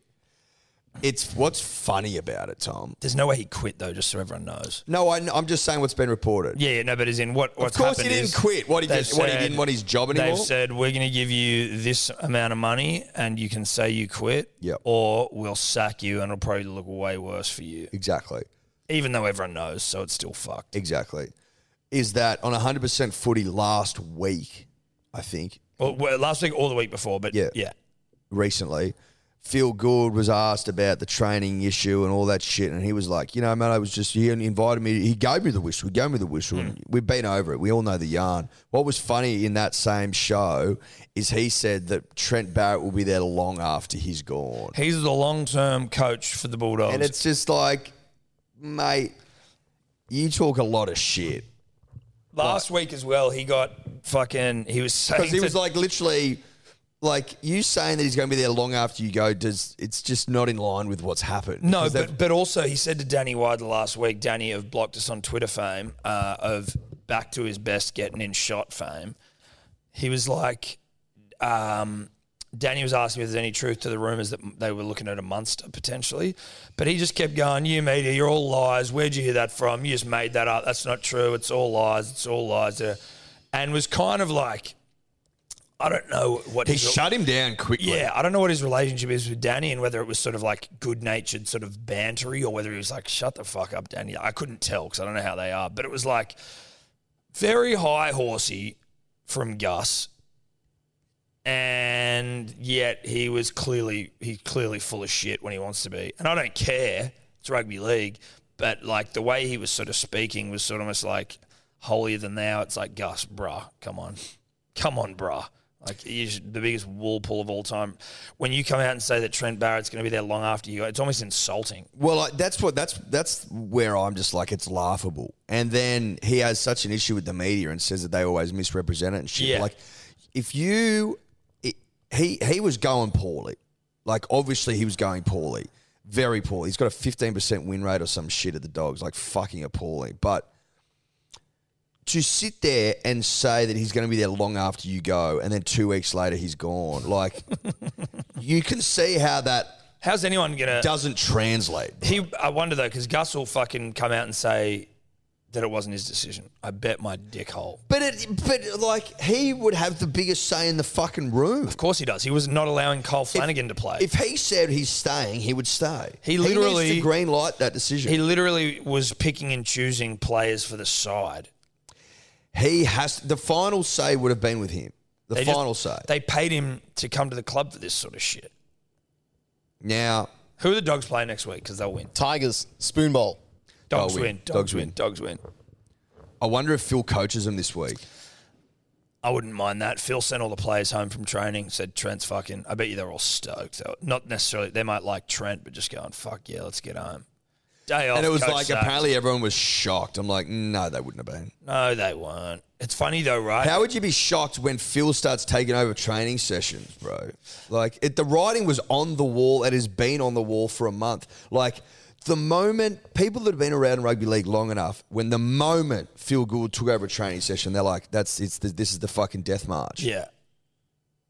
It's what's funny about it, Tom. There's no way he quit though, just so everyone knows. No, I, am just saying what's been reported. Yeah, yeah, no, but as in what? What's course he happened didn't is quit. What, he they've just- what, he didn't want his job anymore? They've said we're going to give you this amount of money, and you can say you quit. Yep. Or we'll sack you, and it'll probably look way worse for you, Exactly. even though everyone knows. So it's still fucked. Exactly. Is that on 100% footy last week, I think, Well, well, last week or the week before, but Yeah. yeah, yeah, recently, Phil Gould was asked about the training issue and all that shit, and he was like, you know, man, I was just he invited me. He gave me the whistle. He gave me the whistle. Hmm. and We've been over it. We all know the yarn. What was funny in that same show is he said that Trent Barrett will be there long after he's gone, he's the long-term coach for the Bulldogs. and it's just like, mate, you talk a lot of shit. last week as well. He got fucking. He was saying because he to- was like literally like you saying that he's going to be there long after you go does it's just not in line with what's happened No, Because but, but also he said to Danny Widler last week, Danny of blocked us on Twitter fame uh, of back to his best getting in shot fame. He was like, um, Danny was asking if there's any truth to the rumors that they were looking at a Munster potentially, but he just kept going, "You media, you're all lies. Where'd you hear that from? You just made that up. That's not true. It's all lies. It's all lies." Uh, And was kind of like, I don't know what he his- shut him down quickly yeah, I don't know what his relationship is with Danny and whether it was sort of like good natured, sort of bantery, or whether he was like, shut the fuck up, Danny. I couldn't tell because I don't know how they are, but it was like very high horsey from Gus. And yet he was clearly he's clearly full of shit when he wants to be. And I don't care. It's rugby league. But like the way he was sort of speaking was sort of almost like holier than thou. It's like Gus, bruh, come on. Come on, bruh. Like he's the biggest wool pull of all time. When you come out and say that Trent Barrett's going to be there long after you, it's almost insulting. well like, that's what that's that's where i'm just like it's laughable and then he has such an issue with the media and says that they always misrepresent it and shit Yeah. like if you it, he he was going poorly like obviously he was going poorly very poorly he's got a 15% win rate or some shit at the dogs like fucking appalling but to sit there and say that he's going to be there long after you go and then two weeks later he's gone like you can see how that How's anyone going to? doesn't translate He, I wonder though, because Gus will fucking come out and say that it wasn't his decision. I bet my dick hole. but it but like he would have the biggest say in the fucking room Of course he does. He was not allowing Cole Flanagan to play. if he said he's staying he would stay He needs to literally- green light that decision he literally was picking and choosing players for the side. He has the final say would have been with him. The They just- final say. They paid him to come to the club for this sort of shit. now Who are the dogs playing next week? Because they'll win. Tigers, spoon bowl. Dogs They'll win. win. Dogs, Dogs win. win. Dogs win. I wonder if Phil coaches him this week. I wouldn't mind that. Phil sent all the players home from training. Said Trent's fucking. I bet you they're all stoked. So not necessarily. They might like Trent, but just going fuck yeah, let's get home. Day off. and it was Coach like Sutton. apparently everyone was shocked. I'm like, no, they wouldn't have been. No, they weren't. It's funny though, right? How would you be shocked when Phil starts taking over training sessions, bro? Like, it, the writing was on the wall. It has been on the wall for a month. Like, the moment people that have been around rugby league long enough, when the moment Phil Gould took over a training session, they're like, "That's it's the, this is the fucking death march." Yeah,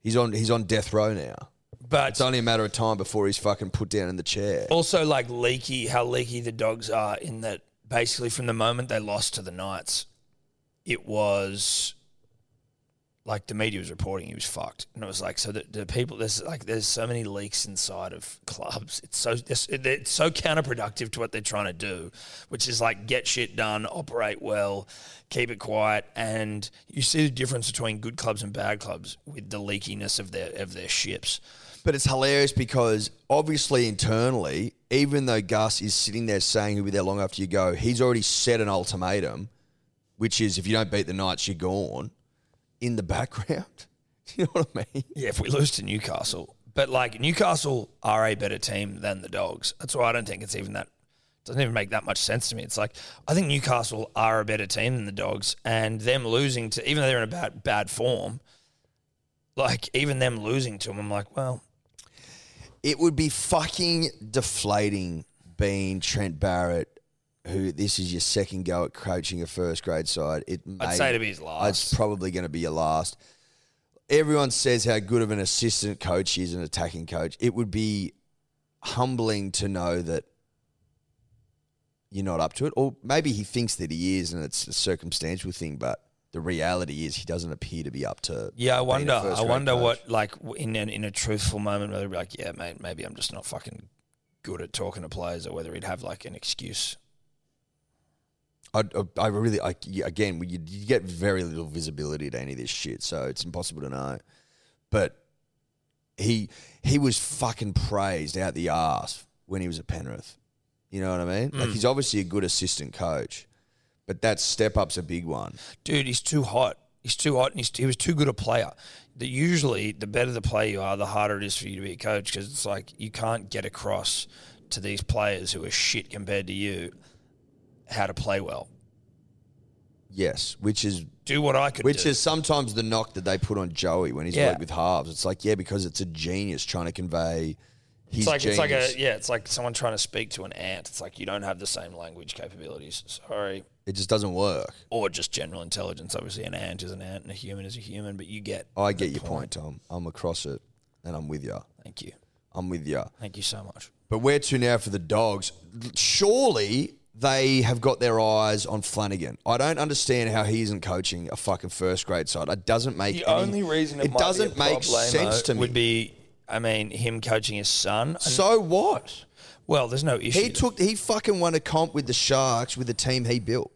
he's on he's on death row now. but It's only a matter of time before he's fucking put down in the chair. Also, like leaky, how leaky the dogs are in that basically from the moment they lost to the Knights, it was like the media was reporting he was fucked, and it was like so the, the people there's like there's so many leaks inside of clubs. It's so it's, it's so counterproductive to what they're trying to do, which is like get shit done, operate well, keep it quiet, and you see the difference between good clubs and bad clubs with the leakiness of their of their ships. But it's hilarious because obviously internally, even though Gus is sitting there saying he'll be there long after you go, he's already set an ultimatum, which is if you don't beat the Knights, you're gone. In the background, you know what I mean? Yeah, if we lose to Newcastle. But like Newcastle are a better team than the Dogs. That's why I don't think it's even that doesn't even make that much sense to me. It's like I think Newcastle are a better team than the Dogs and them losing to even though they're in a bad bad form, like even them losing to them, I'm like, well, It would be fucking deflating being Trent Barrett, who this is your second go at coaching a first grade side. It may, I'd say it'd be his It's last. probably going to be your last. Everyone says how good of an assistant coach he is, an attacking coach. It would be humbling to know that you're not up to it, or maybe he thinks that he is, and it's a circumstantial thing. But the reality is, he doesn't appear to be up to. yeah, I being a wonder. I first-grade wonder coach. what like w- in an, in a truthful moment whether he'd be like, yeah, mate, maybe I'm just not fucking good at talking to players, or whether he'd have like an excuse. I, I really, I, yeah, again, you, you get very little visibility to any of this shit, so it's impossible to know. But he he was fucking praised out the arse when he was at Penrith. You know what I Hmm. mean? Like he's obviously a good assistant coach, but that step up's a big one. dude, he's too hot. He's too hot, and he's, he was too good a player. That usually, the better the player you are, the harder it is for you to be a coach because it's like you can't get across to these players who are shit compared to you how to play well. Yes, which is Do what I could, which do. is sometimes the knock that they put on Joey when he's Yeah. worked with halves. It's like yeah, because it's a genius trying to convey. His it's like it's genius. like a yeah, it's like someone trying to speak to an ant. It's like you don't have the same language capabilities. Sorry. it just doesn't work. Or just general intelligence. Obviously, an ant is an ant, and a human is a human. But you get. I get your point, Tom. I'm across it, and I'm with you. Thank you. I'm with you. Thank you so much. But where to now for the dogs? Surely they have got their eyes on Flanagan. I don't understand how he isn't coaching a fucking first grade side. It doesn't make The any- only reason it, it might be a doesn't make problemo sense to me. would be, I mean, him coaching his son. I- so what? well, there's no issue. He took he fucking won a comp with the Sharks with the team he built.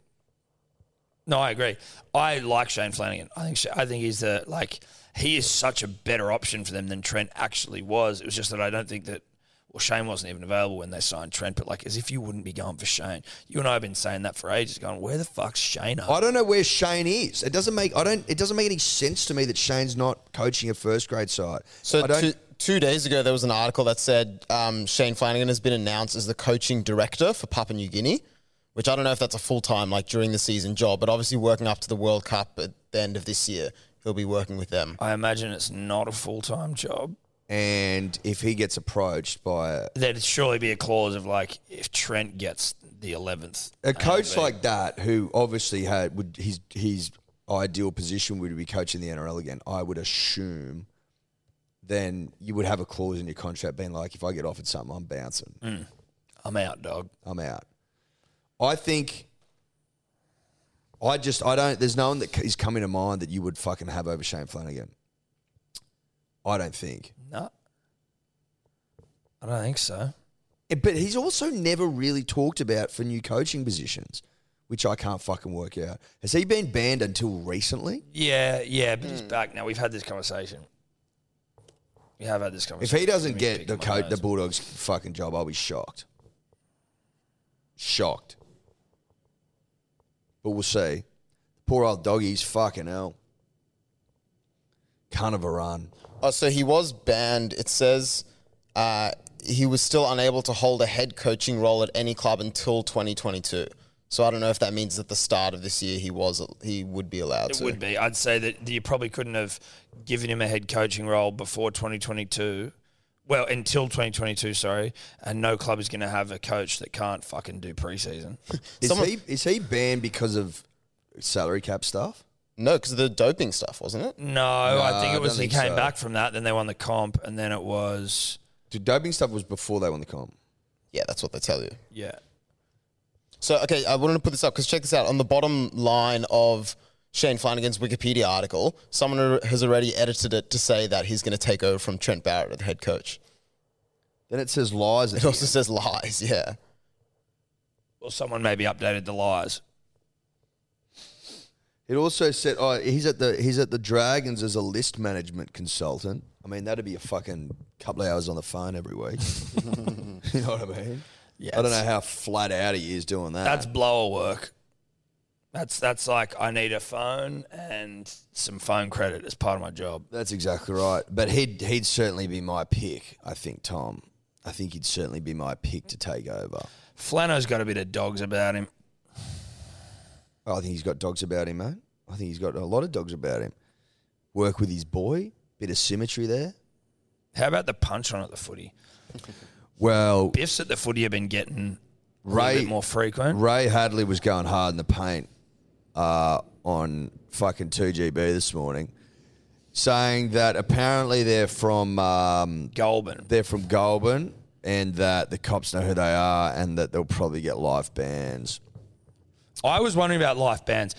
no, I agree. I like Shane Flanagan. I think Sha- I think he's the like he is such a better option for them than Trent actually was. It was just that I don't think that. Well, Shane wasn't even available when they signed Trent, but like as if you wouldn't be going for Shane. You and I have been saying that for ages, going, where the fuck's Shane at? I don't know where Shane is. It doesn't make I don't it doesn't make any sense to me that Shane's not coaching a first grade side. So I don't two, two days ago, there was an article that said um, Shane Flanagan has been announced as the coaching director for Papua New Guinea, which I don't know if that's a full time, like during the season job, but obviously working up to the World Cup at the end of this year, he'll be working with them. I imagine it's not a full time job. and if he gets approached by a, There'd surely be a clause of like if Trent gets the eleventh. A coach like that, who obviously had would his his ideal position would be coaching the NRL again. I would assume, then you would have a clause in your contract being like, if I get offered something, I'm bouncing, I'm out, dog. I'm out. I think. I just I don't. There's no one that is coming to mind that you would fucking have over Shane Flanagan. I don't think. No. I don't think so. Eh, But he's also never really talked about for new coaching positions, which I can't fucking work out. Has he been banned until recently? Yeah, yeah, but Hmm. he's back now. We've had this conversation. We have had this If conversation. he doesn't Let me pick get the my coach, the nose. Bulldogs fucking job, I'll be shocked. Shocked. But we'll see. Poor old doggies, fucking hell. Kind of a run. Oh, so he was banned. It says uh, he was still unable to hold a head coaching role at any club until 2022. So I don't know if that means at the start of this year he was he would be allowed It to. would be. I'd say that you probably couldn't have given him a head coaching role before 2022. Well, until 2022, sorry. And no club is going to have a coach that can't fucking do preseason. Is he is he banned because of salary cap stuff? No, because of the doping stuff, wasn't it? No, I think I it was don't he think came so. back from that. Then they won the comp, and then it was The doping stuff was before they won the comp. Yeah, that's what they tell you. yeah. So, okay, I wanted to put this up because check this out. On the bottom line of Shane Flanagan's Wikipedia article, someone ar- has already edited it to say that he's going to take over from Trent Barrett, as the head coach. Then it says lies. at It the also says lies, yeah. Well, someone maybe updated the lies. It also said, "Oh, he's at the he's at the Dragons as a list management consultant." I mean, that'd be a fucking couple of hours on the phone every week. you know what I mean? Yeah, I don't know it's- how flat out he is doing that. That's blower work. That's that's like I need a phone and some phone credit as part of my job. That's exactly right. But he'd he'd certainly be my pick. I think Tom. I think he'd certainly be my pick to take over. Flano's got a bit of dogs about him. Oh, I think he's got dogs about him, mate. I think he's got a lot of dogs about him. Work with his boy. Bit of symmetry there. How about the punch on at the footy? Well, Biffs at the footy have been getting a little Ray- bit more frequent. Ray Hadley was going hard in the paint uh, on fucking 2GB this morning, saying that apparently they're from um, Goulburn. they're from Goulburn and that the cops know who they are and that they'll probably get life bans. I was wondering about life bans.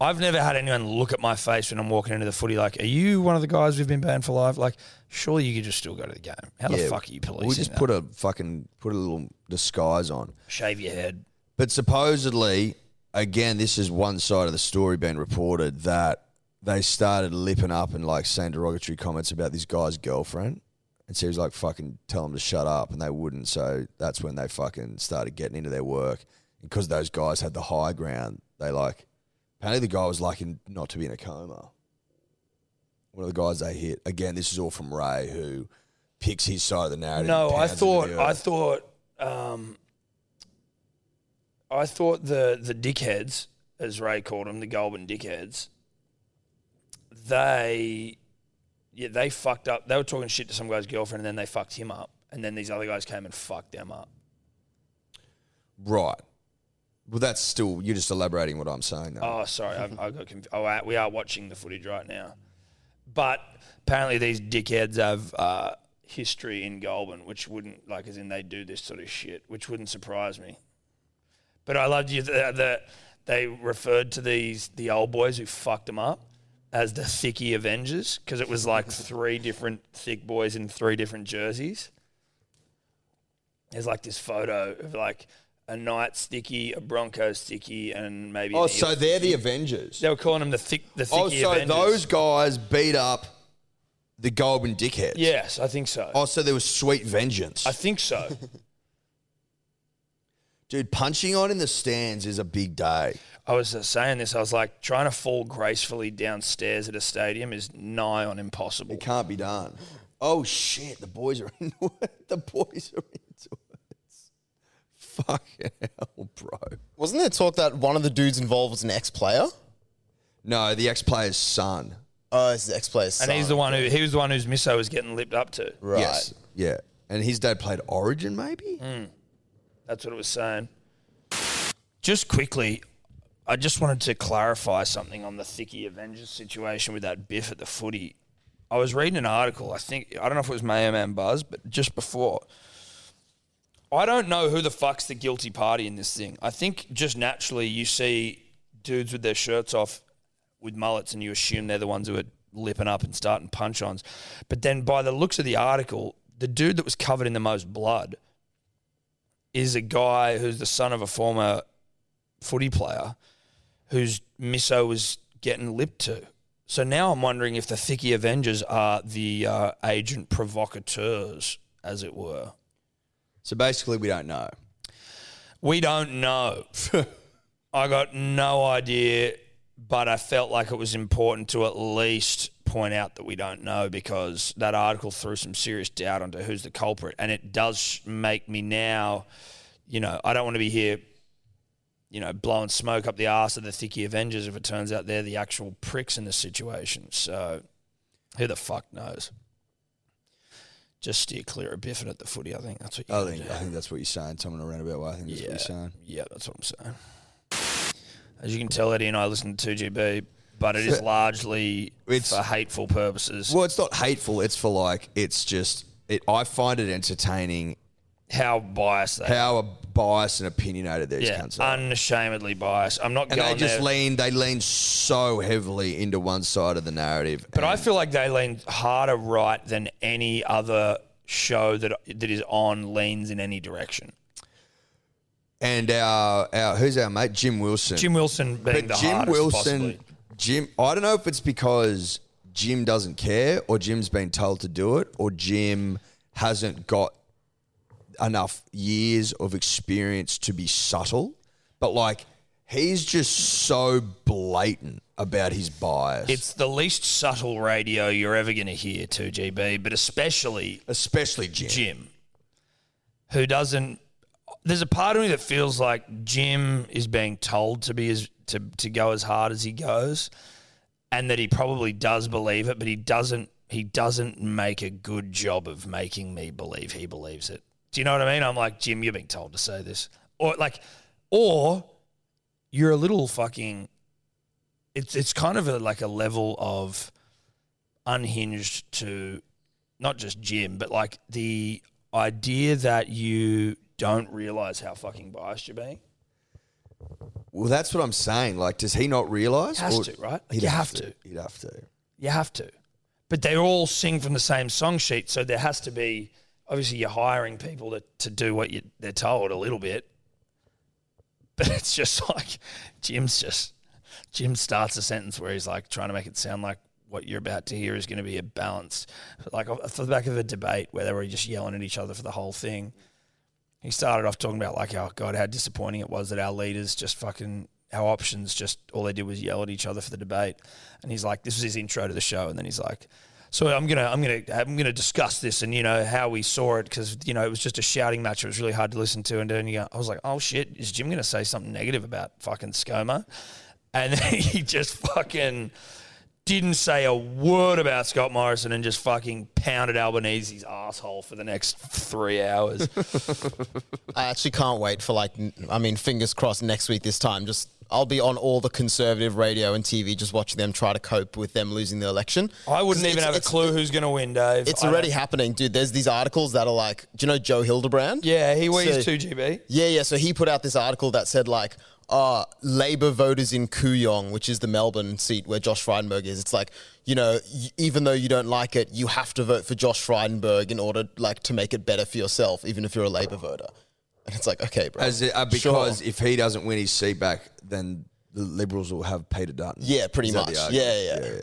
I've never had anyone look at my face when I'm walking into the footy like, "Are you one of the guys we've been banned for life?" Like, surely you could just still go to the game. How the fuck are you policing We just that? put a fucking put a little disguise on. Shave your head. But supposedly, again, this is one side of the story being reported that they started lipping up and like saying derogatory comments about this guy's girlfriend. And so he was like, fucking tell them to shut up. And they wouldn't. So that's when they fucking started getting into their work. Because those guys had the high ground, they like, apparently the guy was like in, not to be in a coma. One of the guys they hit. Again, this is all from Ray, who picks his side of the narrative. No, and I pounds into thought the I earth. thought um, I thought the the dickheads, as Ray called them, the Goulburn dickheads, they yeah they fucked up. They were talking shit to some guy's girlfriend, and then they fucked him up, and then these other guys came and fucked them up. Right. Well, that's still you're just elaborating what I'm saying. Though. Oh, sorry, I've, I got confused. Oh, I- we are watching the footage right now, but apparently these dickheads have uh, history in Goulburn, which wouldn't like as in they do this sort of shit, which wouldn't surprise me. But I loved you that, that they referred to these the old boys who fucked them up as the thicky Avengers because it was like three different thick boys in three different jerseys. There's like this photo of like a Knight sticky, a Bronco sticky, and maybe an Oh, Eel so they're the Avengers. they were calling them the thick, the thicky Oh, so Avengers. those guys beat up the Goulburn dickheads. Yes, I think so. Oh, so there was sweet vengeance. I think so. Dude, punching on in the stands is a big day. I was uh, saying this. I was like, trying to fall gracefully downstairs at a stadium is nigh on impossible. It can't be done. Oh shit, the boys are into it. The boys are into it. Fucking hell, bro. Wasn't there talk that one of the dudes involved was an ex-player? No, the ex-player's son. Oh, it's the ex-player's And he's the one who he was the one whose miso was getting lipped up to. Right. Yes. Yeah. And his dad played Origin, maybe? Hmm. That's what it was saying. Just quickly, I just wanted to clarify something on the Thicky Avengers situation with that biff at the footy. I was reading an article, I think, I don't know if it was Mayhem Buzz, but just before. I don't know who the fuck's the guilty party in this thing. I think just naturally you see dudes with their shirts off with mullets and you assume they're the ones who are lipping up and starting punch ons. But then by the looks of the article, the dude that was covered in the most blood is a guy who's the son of a former footy player whose miso was getting lipped to. So now I'm wondering if the thicky Avengers are the uh, agent provocateurs, as it were. So basically we don't know. We don't know. I got no idea, but I felt like it was important to at least point out that we don't know because that article threw some serious doubt onto who's the culprit, and it does make me now, you know, I don't want to be here, you know, blowing smoke up the arse of the thicky Avengers if it turns out they're the actual pricks in the situation. So, who the fuck knows? Just steer clear of Biffin at the footy. I think that's what you. I gotta think do. I think that's what you're saying. Someone around about. Well, I think that's what you're saying. Yeah, that's what I'm saying. As you can tell, Eddie and I listen to 2GB, but it is largely It's- for hateful purposes. Well, it's not hateful. It's for like. It's just. It. I find it entertaining How biased they how biased and opinionated these yeah, cunts are. unashamedly biased. I'm not and going they just there, lean. They lean so heavily into one side of the narrative. but I feel like they lean harder right than any other show that that is on leans in any direction. And our, our who's our mate Jim Wilson. Jim Wilson being but the Jim hardest Wilson, possibly. Jim. I don't know if it's because Jim doesn't care, or Jim's been told to do it, or Jim hasn't got enough years of experience to be subtle. But like, he's just so blatant about his bias. It's the least subtle radio you're ever going to hear, 2GB, but especially especially Jim. Jim, who doesn't. There's a part of me that feels like Jim is being told to be as to, to go as hard as he goes, and that he probably does believe it, but he doesn't. He doesn't make a good job of making me believe he believes it. Do you know what I mean? I'm like Jim, you're being told to say this, or like, or you're a little fucking. It's it's kind of a, like a level of unhinged to not just Jim, but like the idea that you don't realize how fucking biased you're being. Well, that's what I'm saying. Like, does he not realize? Has to, right? He'd You have to. He'd have to. You have to. But they all sing from the same song sheet, so there has to be obviously you're hiring people to, to do what you, they're told a little bit. But it's just like Jim's just Jim starts a sentence where he's like trying to make it sound like what you're about to hear is going to be a balance, like off the back of a debate where they were just yelling at each other for the whole thing. He started off talking about like, oh god, how disappointing it was that our leaders just fucking our options just all they did was yell at each other for the debate. And he's like, this was his intro to the show, and then he's like. So I'm gonna I'm gonna I'm gonna discuss this and you know how we saw it because you know it was just a shouting match it was really hard to listen to and then you go, I was like oh shit is Jim gonna say something negative about fucking Scoma and then he just fucking didn't say a word about Scott Morrison and just fucking pounded Albanese's asshole for the next three hours. I actually can't wait for like, n- I mean, fingers crossed next week this time. Just I'll be on all the conservative radio and TV, just watching them try to cope with them losing the election. I wouldn't even It's- have a it's- clue who's going to win, Dave. It's I already don't- happening, dude. There's these articles that are like, do you know Joe Hildebrand? Yeah, he weighs So- two GB. Yeah, yeah. So he put out this article that said like, uh, Labour voters in Kooyong, which is the Melbourne seat where Josh Frydenberg is. It's like, you know, y- even though you don't like it, you have to vote for Josh Frydenberg in order like to make it better for yourself, even if you're a Labour voter. And it's like, okay, bro. As uh, because if he doesn't win his seat back, then the Liberals will have Peter Dutton. Yeah, pretty Is that the much. argument? Yeah, yeah.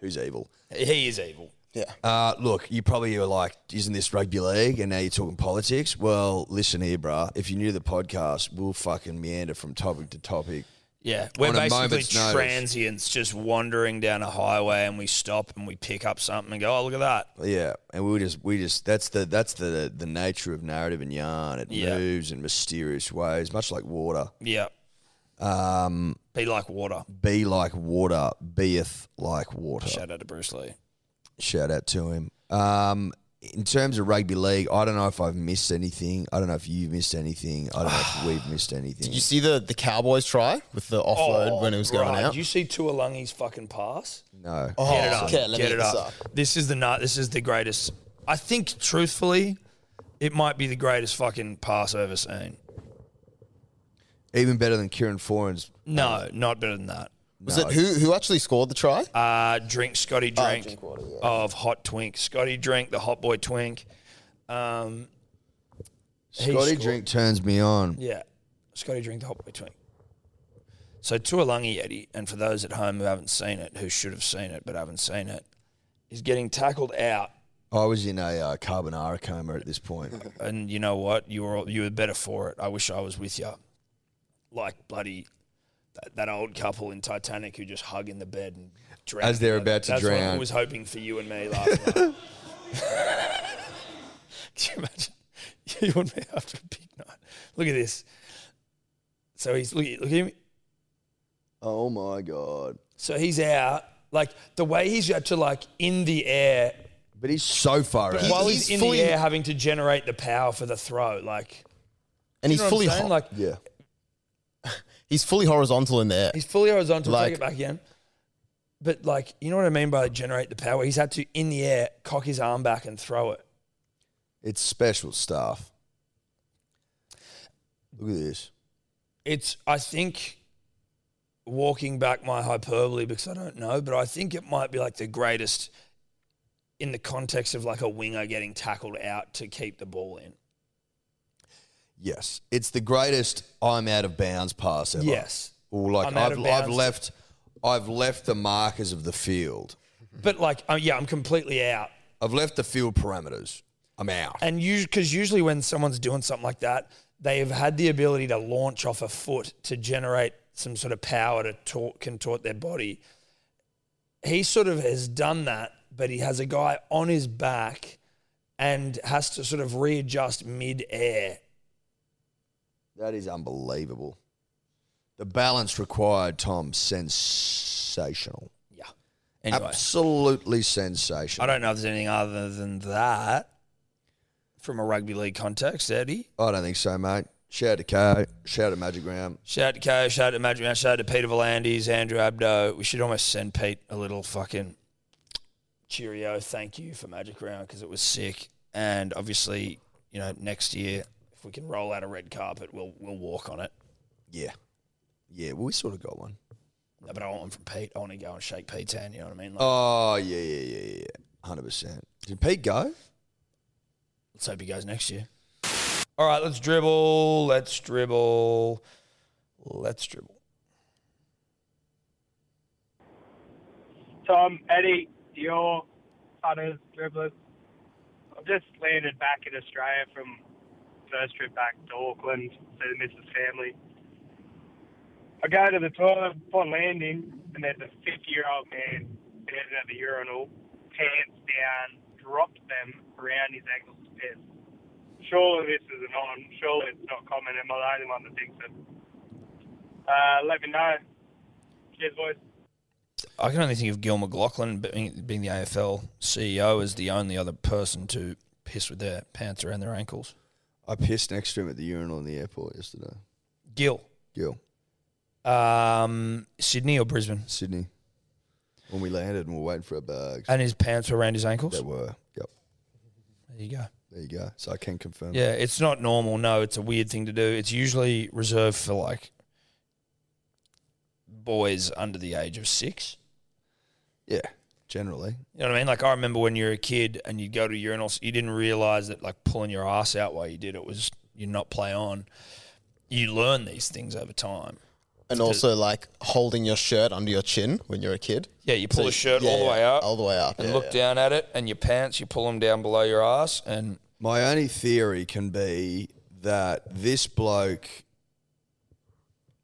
Who's evil? He is evil. yeah. Uh, look, you probably are like, isn't this rugby league? And now you're talking politics. Well, listen here, bruh. If you're new to the podcast, we'll fucking meander from topic to topic. Yeah, we're On a basically moment's notice. transients, just wandering down a highway, and we stop and we pick up something and go, "Oh, look at that!" Yeah, and we just we just that's the that's the the nature of narrative and yarn. It Yeah. moves in mysterious ways, much like water. Yeah, Um, be like water. be like water, beeth like water. Shout out to Bruce Lee. Shout out to him. Um, in terms of rugby league, I don't know if I've missed anything. I don't know if you've missed anything. I don't know if we've missed anything. Did you see the the Cowboys try with the offload when it was going Oh, right. out? Did you see Tuolungi's fucking pass? no. oh, Get it up. okay, let Get me uh, it get this up. This is the nut. This is the greatest. I think, truthfully, it might be the greatest fucking pass I've ever seen. Even better than Kieran Foran's. No, not better than that. Was it who who actually scored the try? Uh, drink Scotty drink, Oh, drink water, yeah. of hot twink. Scotty drink the hot boy twink. Um, he Scotty scored- Drink turns me on. Yeah, Scotty drink the hot boy twink. So Tuolungi Eddie, and for those at home who haven't seen it, who should have seen it but haven't seen it, is getting tackled out. I was in a uh, carbonara coma at this point. And you know what? You were all- you were better for it. I wish I was with you. Like bloody that, that old couple in Titanic who just hug in the bed and drown. As they're about to That's what I drown. was hoping for you and me last night. Can you imagine you and me after a big night? Look at this. So he's look, at- look at him. Oh my god! So he's out. Like the way he's got to like in the air But he's so far out. while he's he's, in fully- the air having to generate the power for the throw. Like and you he's know what I'm fully saying? ho- like yeah, he's fully horizontal in there. He's fully horizontal. Like- take it back again. But like, you know what I mean by generate the power? He's had to in the air cock his arm back and throw it. it's special stuff. Look at this. It's I think walking back my hyperbole because I don't know, but I think it might be like the greatest in the context of like a winger getting tackled out to keep the ball in. Yes, it's the greatest I'm out of bounds pass ever. Yes. Or like I'm out I've, of I've bounds. left, I've left the markers of the field. But like, uh, yeah, I'm completely out. I've left the field parameters. I'm out. And because usually when someone's doing something like that, they have had the ability to launch off a foot to generate some sort of power to tort, contort their body. He sort of has done that, but he has a guy on his back and has to sort of readjust mid air. That is unbelievable. The balance required, Tom, sensational. Yeah. Anyway, Absolutely I sensational. don't know if there's anything other than that from a rugby league context, Eddie. I don't, think so, mate. Shout out to K. Shout out to Magic Round. Shout out to Ko, shout out to Magic Man, shout out to Peter Volandis, Andrew Abdo. We should almost send Pete a little fucking cheerio thank you for Magic Round because it was sick. And obviously, you know, next year, if we can roll out a red carpet, we'll we'll walk on it. Yeah. Yeah, well, we sort of got one. No, but I want one from Pete. I want to go and shake Pete's hand, you know what I mean? Like, Oh, yeah, yeah, yeah, yeah. 100%. Did Pete go? Let's hope he goes next year. All right, let's dribble. Let's dribble. Let's dribble. Tom, Eddie, Dior, punters, dribblers. I've just landed back in Australia from first trip back to Auckland to the Mrs. Family. I go to the toilet upon landing, and there's a 50 year old man standing at the urinal, pants down, dropped them around his ankles to piss. Surely this is an on. Surely it's not common. Am I the only one that thinks it? Uh, let me know. Cheers, boys. I can only think of Gil McLaughlin being, being the AFL CEO E as the only other person to piss with their pants around their ankles. I pissed next to him at the urinal in the airport yesterday. Gil, Gil, um, Sydney or Brisbane, Sydney. When we landed and we we're waiting for our bags. and his pants were around his ankles. They were. Yep. There you go. There you go. So I can confirm. Yeah, it's not normal. No, it's a weird thing to do. It's usually reserved for like boys under the age of six. Yeah. Generally. You know what I mean? Like I remember when you were a kid and you'd go to urinals, you didn't realize that like pulling your ass out while you did it was you not play on. You learn these things over time. And also like holding your shirt under your chin when you're a kid. Yeah, you pull So- a shirt yeah, all the yeah, way up, All the way up. and yeah, look yeah. down at it, and your pants, you pull them down below your ass, and My only theory can be that this bloke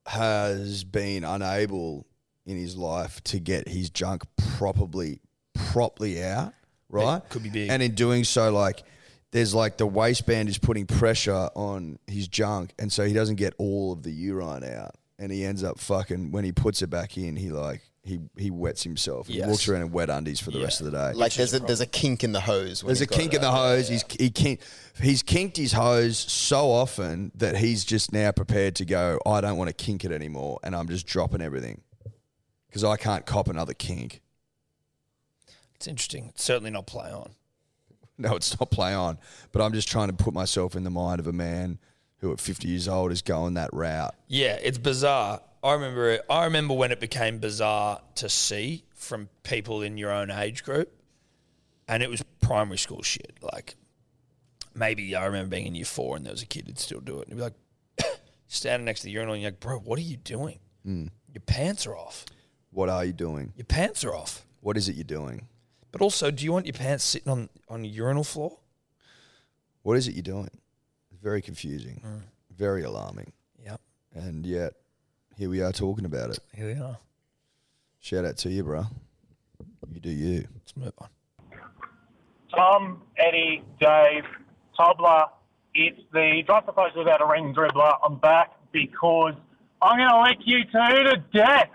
has been unable in his life to get his junk properly properly out, right? could be big. And in doing so, like there's like the waistband is putting pressure on his junk, and so he doesn't get all of the urine out, and he ends up fucking when he puts it back in, he like he he wets himself. He Yes. walks around in wet undies for the rest of the day. Like there's a there's a kink in the hose. When There's a you've got kink it in the out. hose. He's he kink, he's kinked his hose so often that he's just now prepared to go. I don't want to kink it anymore, and I'm just dropping everything because I can't cop another kink. it's interesting. It's certainly not play on. No, it's not play on, but I'm just trying to put myself in the mind of a man who at 50 years old is going that route. Yeah, it's bizarre. I remember. It, I remember when it became bizarre to see from people in your own age group, and it was primary school shit. Like maybe I remember being in year four, and there was a kid that'd still do it, and he'd be like standing next to the urinal, and you're like, "Bro, what are you doing? Your pants are off. What are you doing? Your pants are off." What is it you're doing? But also, do you want your pants sitting on on a urinal floor? What is it you're doing? Very confusing, Mm. very alarming, Yep. and yet here we are talking about it. Here we are. Shout out to you, bro. You do you. Let's move on. Tom, Eddie, Dave, Tobler. It's the Drive the Post Without a Ring dribbler. I'm back because I'm going to lick you two to death.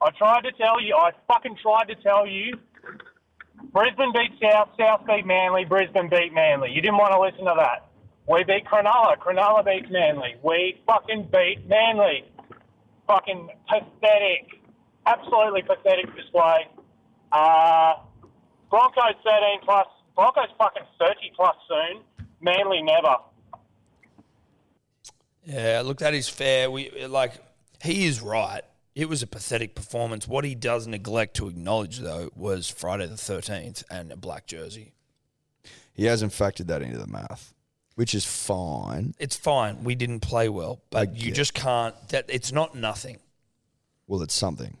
I tried to tell you. I fucking tried to tell you. Brisbane beat South. South beat Manly. Brisbane beat Manly. You didn't want to listen to that. We beat Cronulla. Cronulla beat Manly. We fucking beat Manly. Fucking pathetic. Absolutely pathetic display. Uh, Broncos 13 plus. Broncos fucking 30 plus soon. Manly never. Yeah, look, that is fair. We like he is right. It was a pathetic performance. What he does neglect to acknowledge, though, was Friday the thirteenth and a black jersey. He hasn't factored that into the math, which is fine. It's fine. We didn't play well, but you just can't. That it's not nothing. Well, it's something.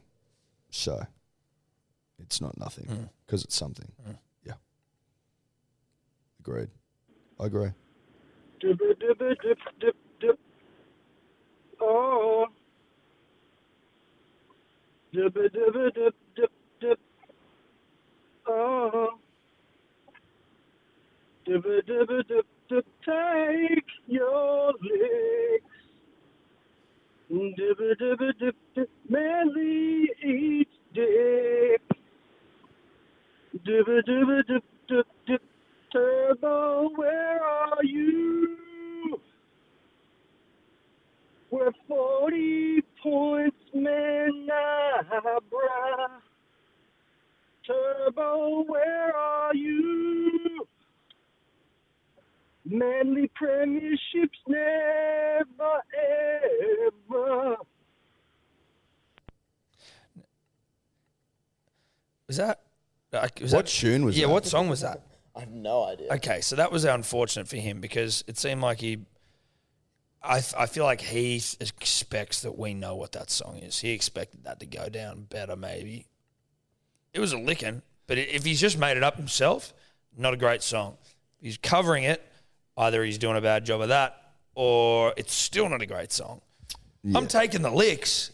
So it's not Mm. nothing because it's something. Yeah. Agreed. I agree. Dip, dip, dip, dip, dip. Oh. Dip, dip, dip, dip, dip. Oh. Dip, dip, dip, dip. Take your licks. Dip, dip, dip, dip. Manly eats dick. Dip, dip, dip, dip, dip. Turbo, where are you? We're 40 points, man, bruh. Turbo, where are you? Manly premierships never, ever. Was that? like, was What that- tune was Yeah, that? what song was that? I have no idea. Okay, so that was unfortunate for him because it seemed like he. I, f- I feel like he s- expects that we know what that song is. He expected that to go down better, maybe. It was a licking, but i- if he's just made it up himself, not a great song. He's covering it. Either he's doing a bad job of that, or it's still not a great song. I'm taking the licks.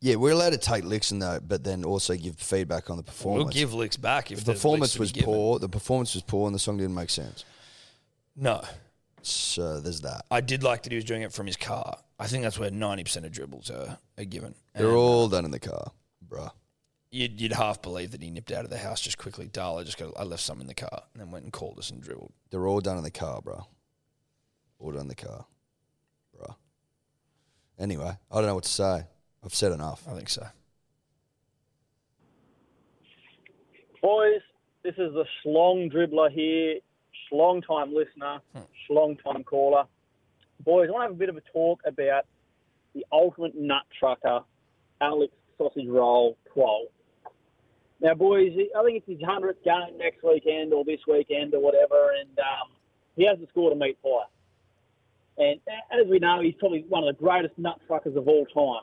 Yeah, we're allowed to take licks and that, but then also give feedback on the performance. We'll give licks back if the performance was poor. poor. The performance was poor, and the song didn't make sense. No. So there's that. I did like that he was doing it from his car. I think that's where 90% of dribbles are, are given. And uh, They're all done in the car, bruh. you'd, you'd half believe that he nipped out of the house just quickly. Darl, I just got, I left some in the car and then went and called us and dribbled. They're all done in the car, bruh. All done in the car, bruh. Anyway, I don't know what to say. I've said enough. I think so. Boys, this is the Schlong dribbler here, Schlong time listener, Schlong time caller. Boys, I want to have a bit of a talk about the ultimate nut trucker, Alex Sausage Roll Quoll. Now, boys, I think it's his 100th game next weekend or this weekend or whatever, and um, he hasn't scored a meat pie. And as we know, he's probably one of the greatest nut truckers of all time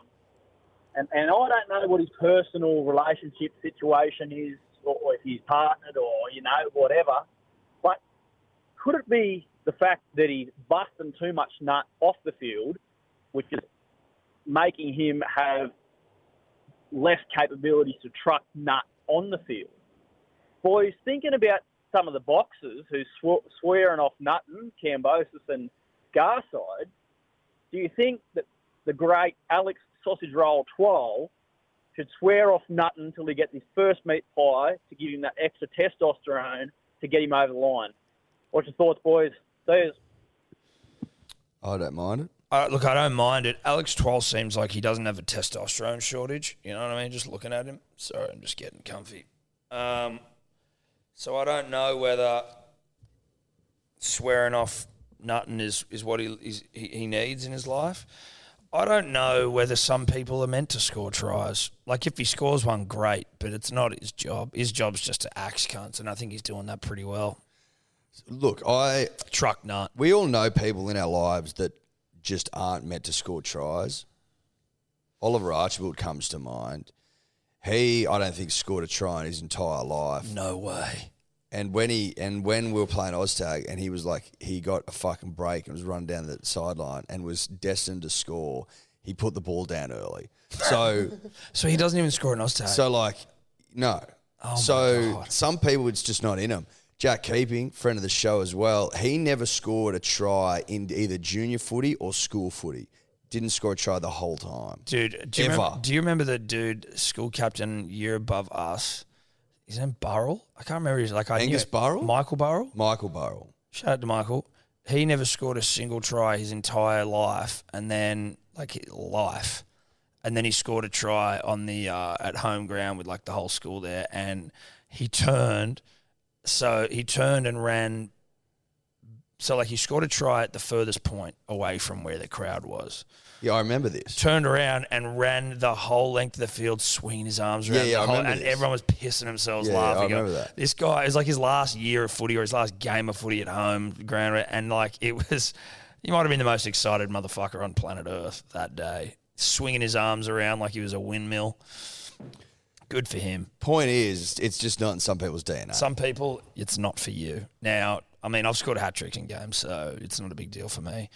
and, and I don't know what his personal relationship situation is, or, or if he's partnered, or you know, whatever. But could it be the fact that he's busting too much nut off the field, which is making him have less capability to truck nut on the field? Boys, thinking about some of the boxers who sw- swearing off Nutton, Cambosis, and Garside, do you think that the great Alex Sausage Roll Twirl should swear off Nut until he gets his first meat pie to give him that extra testosterone to get him over the line? What's your thoughts, boys? There's I don't mind it. Uh, look, I don't mind it. Alex Twelve seems like he doesn't have a testosterone shortage. You know what I mean? Just looking at him. Sorry, I'm just getting comfy. Um, so I don't know whether swearing off nutting is, is what he, is, he he needs in his life. I don't know whether some people are meant to score tries. Like if he scores one, great, but it's not his job. His job's just to axe cunts, and I think he's doing that pretty well. Look, I truck nut. We all know people in our lives that just aren't meant to score tries. Oliver Archibald comes to mind. He, I don't think, scored a try in his entire life. No way. And when he and when we were playing Oztag, and he was like, he got a fucking break and was running down the sideline and was destined to score. He put the ball down early, so So he doesn't even score an Oztag. so like, no, Oh my so some people, it's just not in them. Jack Keeping, friend of the show as well, he never scored a try in either junior footy or school footy. Didn't score a try the whole time, Dude, do you, Ever. remember, do you remember the dude, school captain, year above us? His name Burrell? I can't remember his like I Angus knew, Burrell? Michael Burrell? Michael Burrell. Shout out to Michael. He never scored a single try his entire life and then like life. And then he scored a try on the uh, at home ground with like the whole school there and he turned so he turned and ran so like he scored a try at the furthest point away from where the crowd was. Yeah, I remember this. Turned around and ran the whole length of the field, swinging his arms around. Yeah, yeah, the I whole, remember and this. everyone was pissing themselves Yeah, yeah, I laughing. remember Going, that. This guy is like his last year of footy or his last game of footy at home, ground, and like it was. He might have been the most excited motherfucker on planet Earth that day, swinging his arms around like he was a windmill. Good for him. Point is, it's just not in some people's DNA. Some people, it's not for you. Now, I mean, I've scored hat tricks in games, so it's not a big deal for me.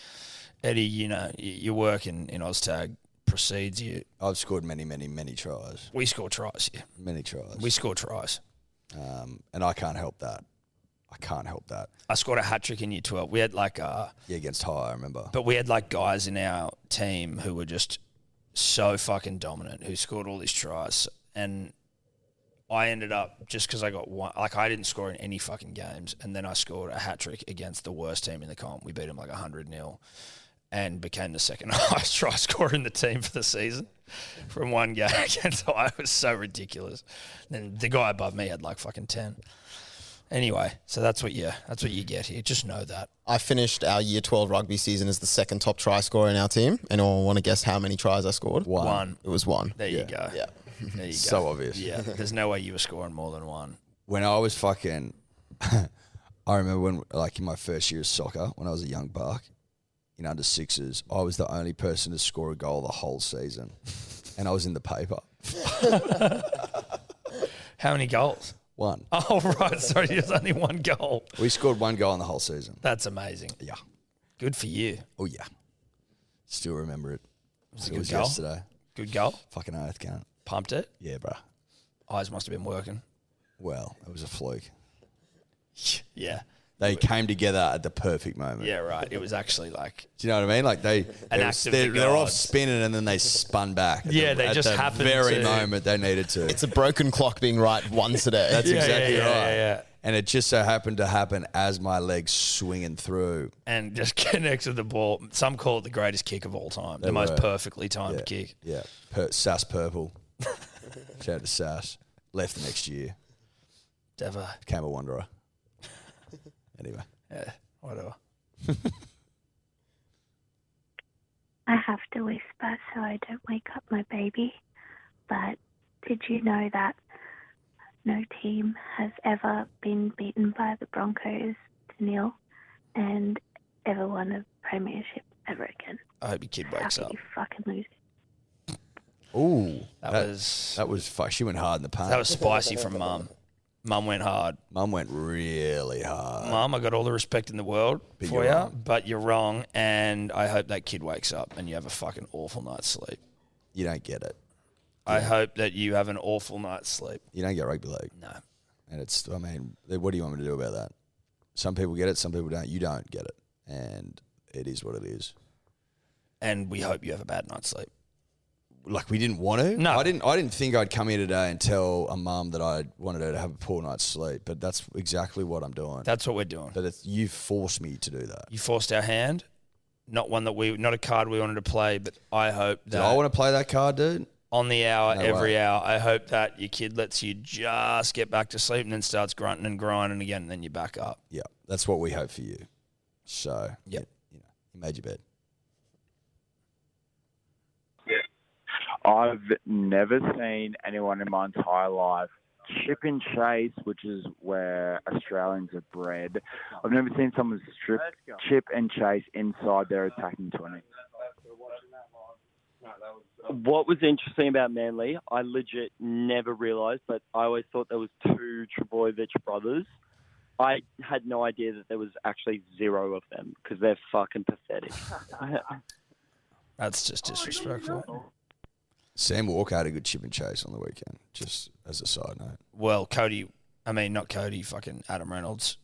Eddie, you know, y- your work in, in Oztag precedes you. I've scored many, many, many tries. We score tries, yeah. Many tries. We score tries. Um, and I can't help that. I can't help that. I scored a hat trick in year 12. We had like uh, a. Yeah, against High, I remember. But we had like guys in our team who were just so fucking dominant, who scored all these tries. And I ended up just because I got one, like I didn't score in any fucking games. And then I scored a hat trick against the worst team in the comp. We beat them like 100 nil and became the second highest try scorer in the team for the season from one game against High. It was so ridiculous. Then the guy above me had like fucking 10. Anyway, so that's what you that's what you get here. Just know that. I finished our year 12 rugby season as the second top try scorer in our team. And I want to guess how many tries I scored? One. One. It was one. There you go. Yeah. There you go. So obvious. Yeah. There's no way you were scoring more than one. when I was fucking, I remember when, like, in my first year of soccer, when I was a young buck in under sixes, I was the only person to score a goal the whole season. And I was in the paper. How many goals? One. Oh right, sorry, there's only one goal. We scored one goal in the whole season. That's amazing. Yeah. Good for you. Oh, yeah. Still remember it. Was it a it good was goal? yesterday. Good goal. Fucking earth count. Pumped it. Yeah, bruh. Eyes must have been working. Well, it was a fluke. Yeah. They came together at the perfect moment. Yeah, right. It was actually like Do you know what I mean? Like they, they act of they're, the they're off gods. spinning and then they spun back. at Yeah, the- they at just the happened very to- moment they needed to. It's a broken clock being right once a day. That's Yeah, yeah, exactly yeah, right. yeah, yeah. And it just so happened to happen as my legs swinging through. and just connects with the ball. Some call it the greatest kick of all time. They the most were. perfectly timed yeah, kick. Yeah, per, Sass purple. Shout out to Sass. Left the next year. Devo. Became a wanderer. Anyway, Yeah. Whatever. I have to whisper so I don't wake up my baby. But did you know that no team has ever been beaten by the Broncos to nil and ever won a premiership ever again? I hope your kid wakes How up. could you fucking lose? ooh, That was- that was fuck. She went hard in the paint. That was spicy from mum. Mum went hard. Mum went really hard. Mum, I got all the respect in the world Uh, But for you're you, wrong. but you're wrong. And I hope that kid wakes up and you have a fucking awful night's sleep. You don't get it. I hope that you have an awful night's sleep. You don't get rugby league. No. And it's, I mean, what do you want me to do about that? Some people get it, some people don't. You don't get it. And it is what it is. And we hope you have a bad night's sleep. Like we didn't want to. No. I didn't. I didn't think I'd come here today and tell a mum that I wanted her to have a poor night's sleep. But that's exactly what I'm doing. That's what we're doing. but it's, you forced me to do that. You forced our hand. Not one that we, not a card we wanted to play, but I hope Did that I want to play that card, dude? on the hour, No every way. hour, I hope that your kid lets you just get back to sleep and then starts grunting and grinding again, and then you're back up. Yeah, that's what we hope for you. So Yep. you, know, you made your bed. I've never seen anyone in my entire life chip and chase, which is where Australians are bred. I've never seen someone strip, chip and chase inside their attacking 20. What was interesting about Manly, I legit never realised, but I always thought there was two Trebojevic brothers. I had no idea that there was actually zero of them because they're fucking pathetic. That's just disrespectful. Sam Walker had a good chip and chase on the weekend, just as a side note. Well, Cody, I mean, not Cody, fucking Adam Reynolds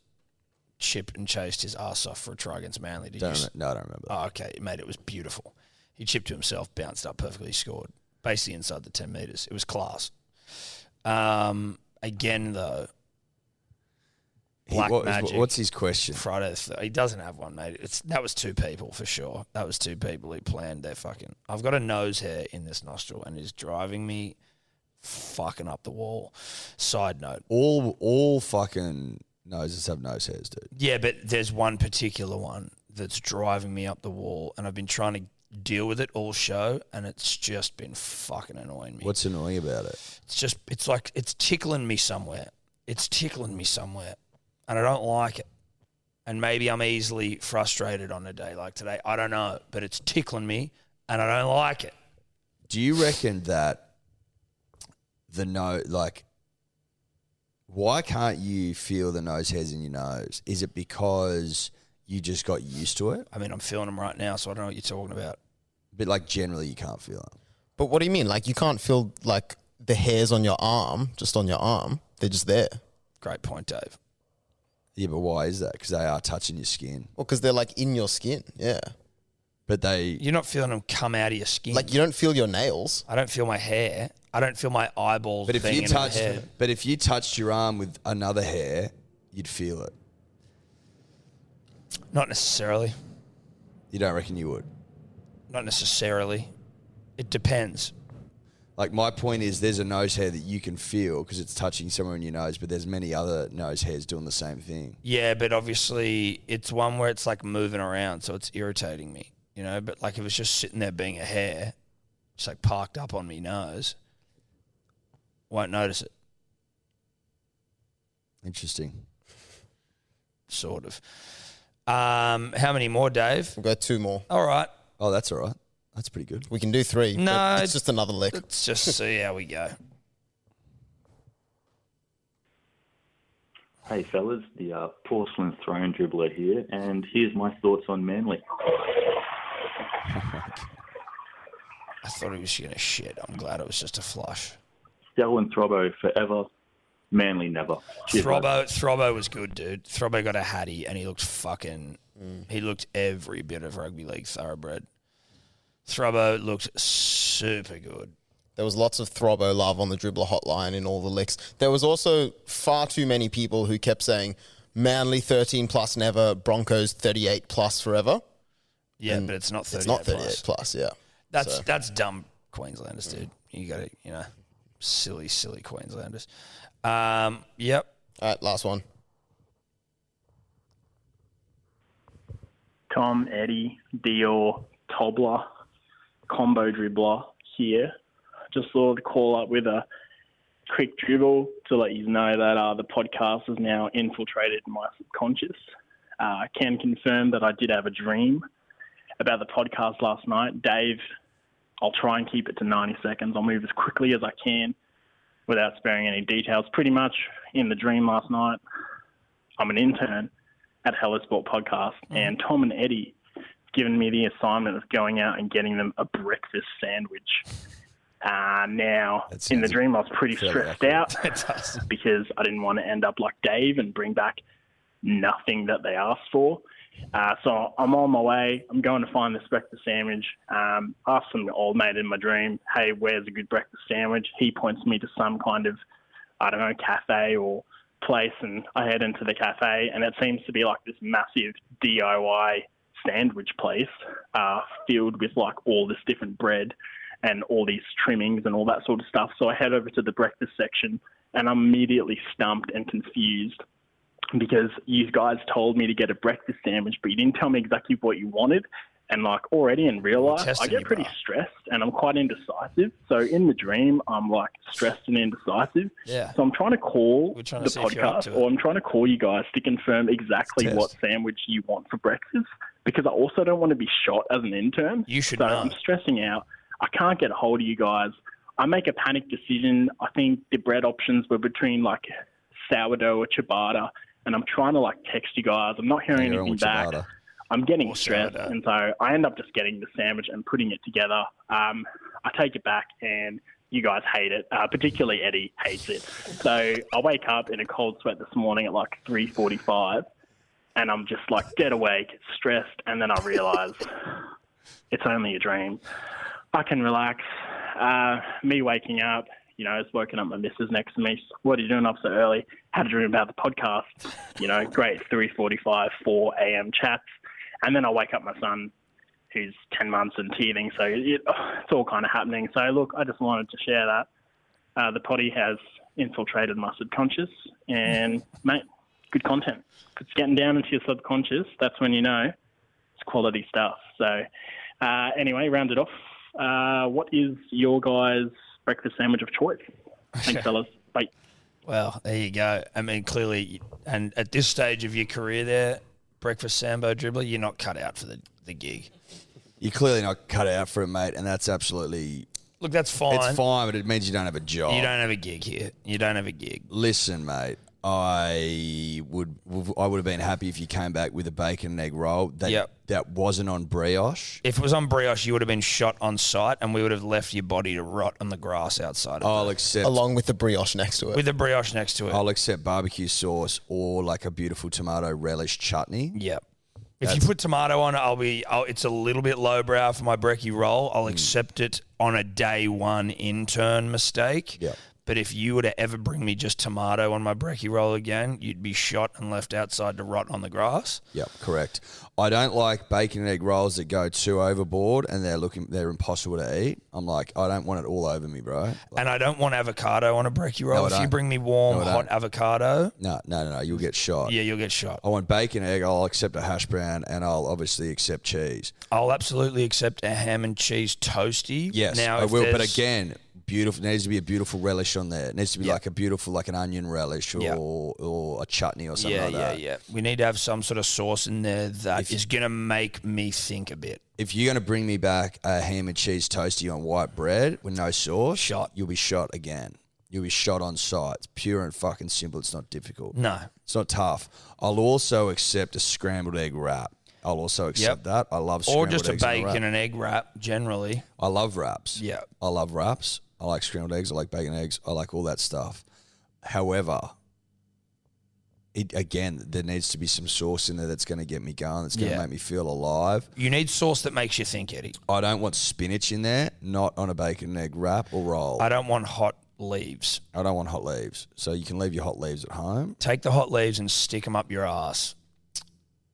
chipped and chased his ass off for a try against Manly. Did Don't you? s- remem- no, I don't remember. Oh, okay. Mate, it was beautiful. He chipped to himself, bounced up perfectly, scored basically inside the 10 metres. It was class. Um, again, though, He- Black what- Magic. what's his question? Friday the th- He doesn't have one, mate. It's That was two people for sure. That was two people who planned their fucking. I've got a nose hair in this nostril and it's driving me fucking up the wall. Side note. All all fucking noses have nose hairs, dude. Yeah, but there's one particular one that's driving me up the wall, and I've been trying to deal with it all show, and it's just been fucking annoying me. What's annoying about it? It's just, it's like, it's tickling me somewhere. It's tickling me somewhere, and I don't like it. And maybe I'm easily frustrated on a day like today. I don't know, but it's tickling me, and I don't like it. Do you reckon that the no like why can't you feel the nose hairs in your nose? Is it because you just got used to it? I mean, I'm feeling them right now, so I don't know what you're talking about. But like generally, you can't feel them. But what do you mean? Like you can't feel like the hairs on your arm, just on your arm. They're just there. Great point, Dave. Yeah, but why is that? Because they are touching your skin. Well, because they're like in your skin. Yeah. But they. You're not feeling them come out of your skin. Like you don't feel your nails. I don't feel my hair. I don't feel my eyeballs. But if being you in my touched, head. but if you touched your arm with another hair, you'd feel it. Not necessarily. You don't reckon you would? Not necessarily. It depends. Like my point is, there's a nose hair that you can feel because it's touching somewhere in your nose, but there's many other nose hairs doing the same thing. Yeah, but obviously it's one where it's like moving around, so it's irritating me, you know. But like if it's just sitting there being a hair, just like parked up on me nose, won't notice it. Interesting. Sort of. Um, how many more, Dave? We've got two more. All right. Oh, that's all right. That's pretty good. We can do three. but No, it's just another lick. Let's just see how we go. Hey fellas, the uh, porcelain throne dribbler here, and here's my thoughts on Manly. I thought he was gonna shit. I'm glad it was just a flush. Del and Throbbo forever, Manly never. Cheers, Throbbo, lads. Throbbo was good, dude. Throbbo got a hattie, and he looked fucking. He looked every bit of rugby league thoroughbred. Throbbo looked super good. There was lots of Throbbo love on the dribbler hotline in all the licks. There was also far too many people who kept saying Manly 13 plus never, Broncos 38 plus forever. Yeah, but it's not 38 It's not 38 plus. plus, yeah. That's So- that's dumb Queenslanders, dude. You got to, you know, silly, silly Queenslanders. Um, yep. All right, last one. Tom, Eddie, Dior, Tobler, combo dribbler here. Just thought I'd call up with a quick dribble to let you know that uh, the podcast has now infiltrated my subconscious. Uh, I can confirm that I did have a dream about the podcast last night. Dave, I'll try and keep it to 90 seconds. I'll move as quickly as I can without sparing any details. Pretty much in the dream last night, I'm an intern at Hello Sport Podcast, and Tom and Eddie given me the assignment of going out and getting them a breakfast sandwich. Uh, now, in the dream, I was pretty fairly stressed out because I didn't want to end up like Dave and bring back nothing that they asked for. Uh, so I'm on my way. I'm going to find this breakfast sandwich. Um, ask some old mate in my dream, hey, where's a good breakfast sandwich? He points me to some kind of, I don't know, cafe or place and I head into the cafe and it seems to be like this massive DIY sandwich place uh, filled with like all this different bread and all these trimmings and all that sort of stuff. So I head over to the breakfast section and I'm immediately stumped and confused because you guys told me to get a breakfast sandwich, but you didn't tell me exactly what you wanted. And like already in real life, I testing get you, pretty stressed and I'm quite indecisive. So in the dream, I'm like stressed and indecisive. Yeah. So I'm trying to call trying the to see if you're up podcast, to it. or I'm trying to call you guys to confirm exactly Test. what sandwich you want for breakfast because I also don't want to be shot as an intern. You should So know. I'm stressing out. I can't get a hold of you guys. I make a panic decision. I think the bread options were between like sourdough or ciabatta, and I'm trying to like text you guys. I'm not hearing You're on anything with back. ciabatta. I'm getting stressed, and so I end up just getting the sandwich and putting it together. Um, I take it back and you guys hate it. Uh, particularly Eddie hates it. So I wake up in a cold sweat this morning at like 3:45, and I'm just like dead awake, stressed, and then I realise it's only a dream. I can relax. Uh, me waking up, you know, it's woken up my missus next to me. She's like, what are you doing up so early? Had a dream about the podcast. You know, great 3:45, 4 a.m. chats, and then I wake up my son who's 10 months and teething. So it, oh, it's all kind of happening. So, look, I just wanted to share that. Uh, the potty has infiltrated my subconscious, and mate, good content. If it's getting down into your subconscious, that's when you know it's quality stuff. So, uh, anyway, round it off. Uh, what is your guys' breakfast sandwich of choice? Thanks, fellas. Bye. Well, there you go. I mean, clearly, and at this stage of your career, there, breakfast sambo dribbler, you're not cut out for the, the gig. You're clearly not cut out for it, mate, and that's absolutely Look, that's fine. It's fine, but it means you don't have a job. You don't have a gig here. You don't have a gig. Listen, mate, I would I would have been happy if you came back with a bacon and egg roll that Yep. that wasn't on brioche. If it was on brioche, you would have been shot on site, and we would have left your body to rot on the grass outside. Of I'll the- accept with the brioche next to with the brioche next to it. Oh, I'll accept barbecue sauce or like a beautiful tomato relish chutney. Yep. If you put tomato on it, I'll be. I'll, it's a little bit lowbrow for my brekkie roll. Mm. I'll accept it on a day one intern mistake. Yeah. But if you were to ever bring me just tomato on my brekkie roll again, you'd be shot and left outside to rot on the grass. Yep, correct. I don't like bacon and egg rolls that go too overboard and they're looking they're impossible to eat. I'm like, I don't want it all over me, bro. and I don't want avocado on a brekkie No, roll. I if you don't. bring me warm, No, I hot don't. avocado, No, no, no, no. You'll get shot. yeah, you'll get shot. I want bacon, egg. I'll accept a hash brown, and I'll obviously accept cheese. I'll absolutely accept a ham and cheese toasty. Yes, now I if will. But there's- again, beautiful. Needs to be a beautiful relish on there. It needs to be Yeah. like a beautiful, like an onion relish or Yeah. or a chutney or something yeah, like yeah, that. yeah. We need to have some sort of sauce in there that is gonna make me think a bit. If you're gonna bring me back a ham and cheese toasty on white bread with no sauce, shot. You'll be shot again. You'll be shot on sight. It's pure and fucking simple. It's not difficult. No. it's not tough. I'll also accept a scrambled egg wrap. I'll also accept that. I love or scrambled just a eggs on wrap. bacon and egg wrap generally. I love wraps. Yeah. I love wraps. I like scrambled eggs. I like bacon eggs. I like all that stuff. However, it, again, there needs to be some sauce in there that's going to get me going. That's going to Yeah. make me feel alive. You need sauce that makes you think, Eddie. I don't want spinach in there, not on a bacon and egg wrap or roll. I don't want hot leaves. I don't want hot leaves. So you can leave your hot leaves at home. Take the hot leaves and stick them up your ass.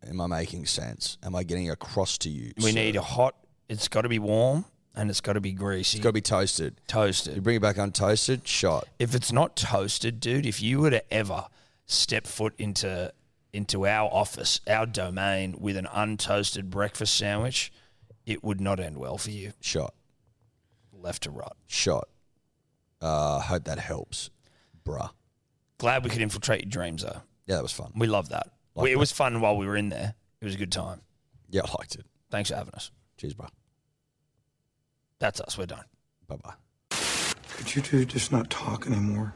Am I making sense? Am I getting across to you? We sir? need a hot. It's got to be warm and it's got to be greasy. It's got to be toasted. Toasted. You bring it back untoasted, shot. if it's not toasted, dude, if you were to ever step foot into into our office, our domain with an untoasted breakfast sandwich, it would not end well for you. Shot. Left to rot. Shot. Uh, hope that helps, bruh. Glad we could infiltrate your dreams though. Yeah, that was fun. We love that. Like We- it that. was fun while we were in there. It was a good time. Yeah, I liked it. Thanks for having us. Cheers, bro. That's us. We're done. Bye bye. Could you two just not talk anymore?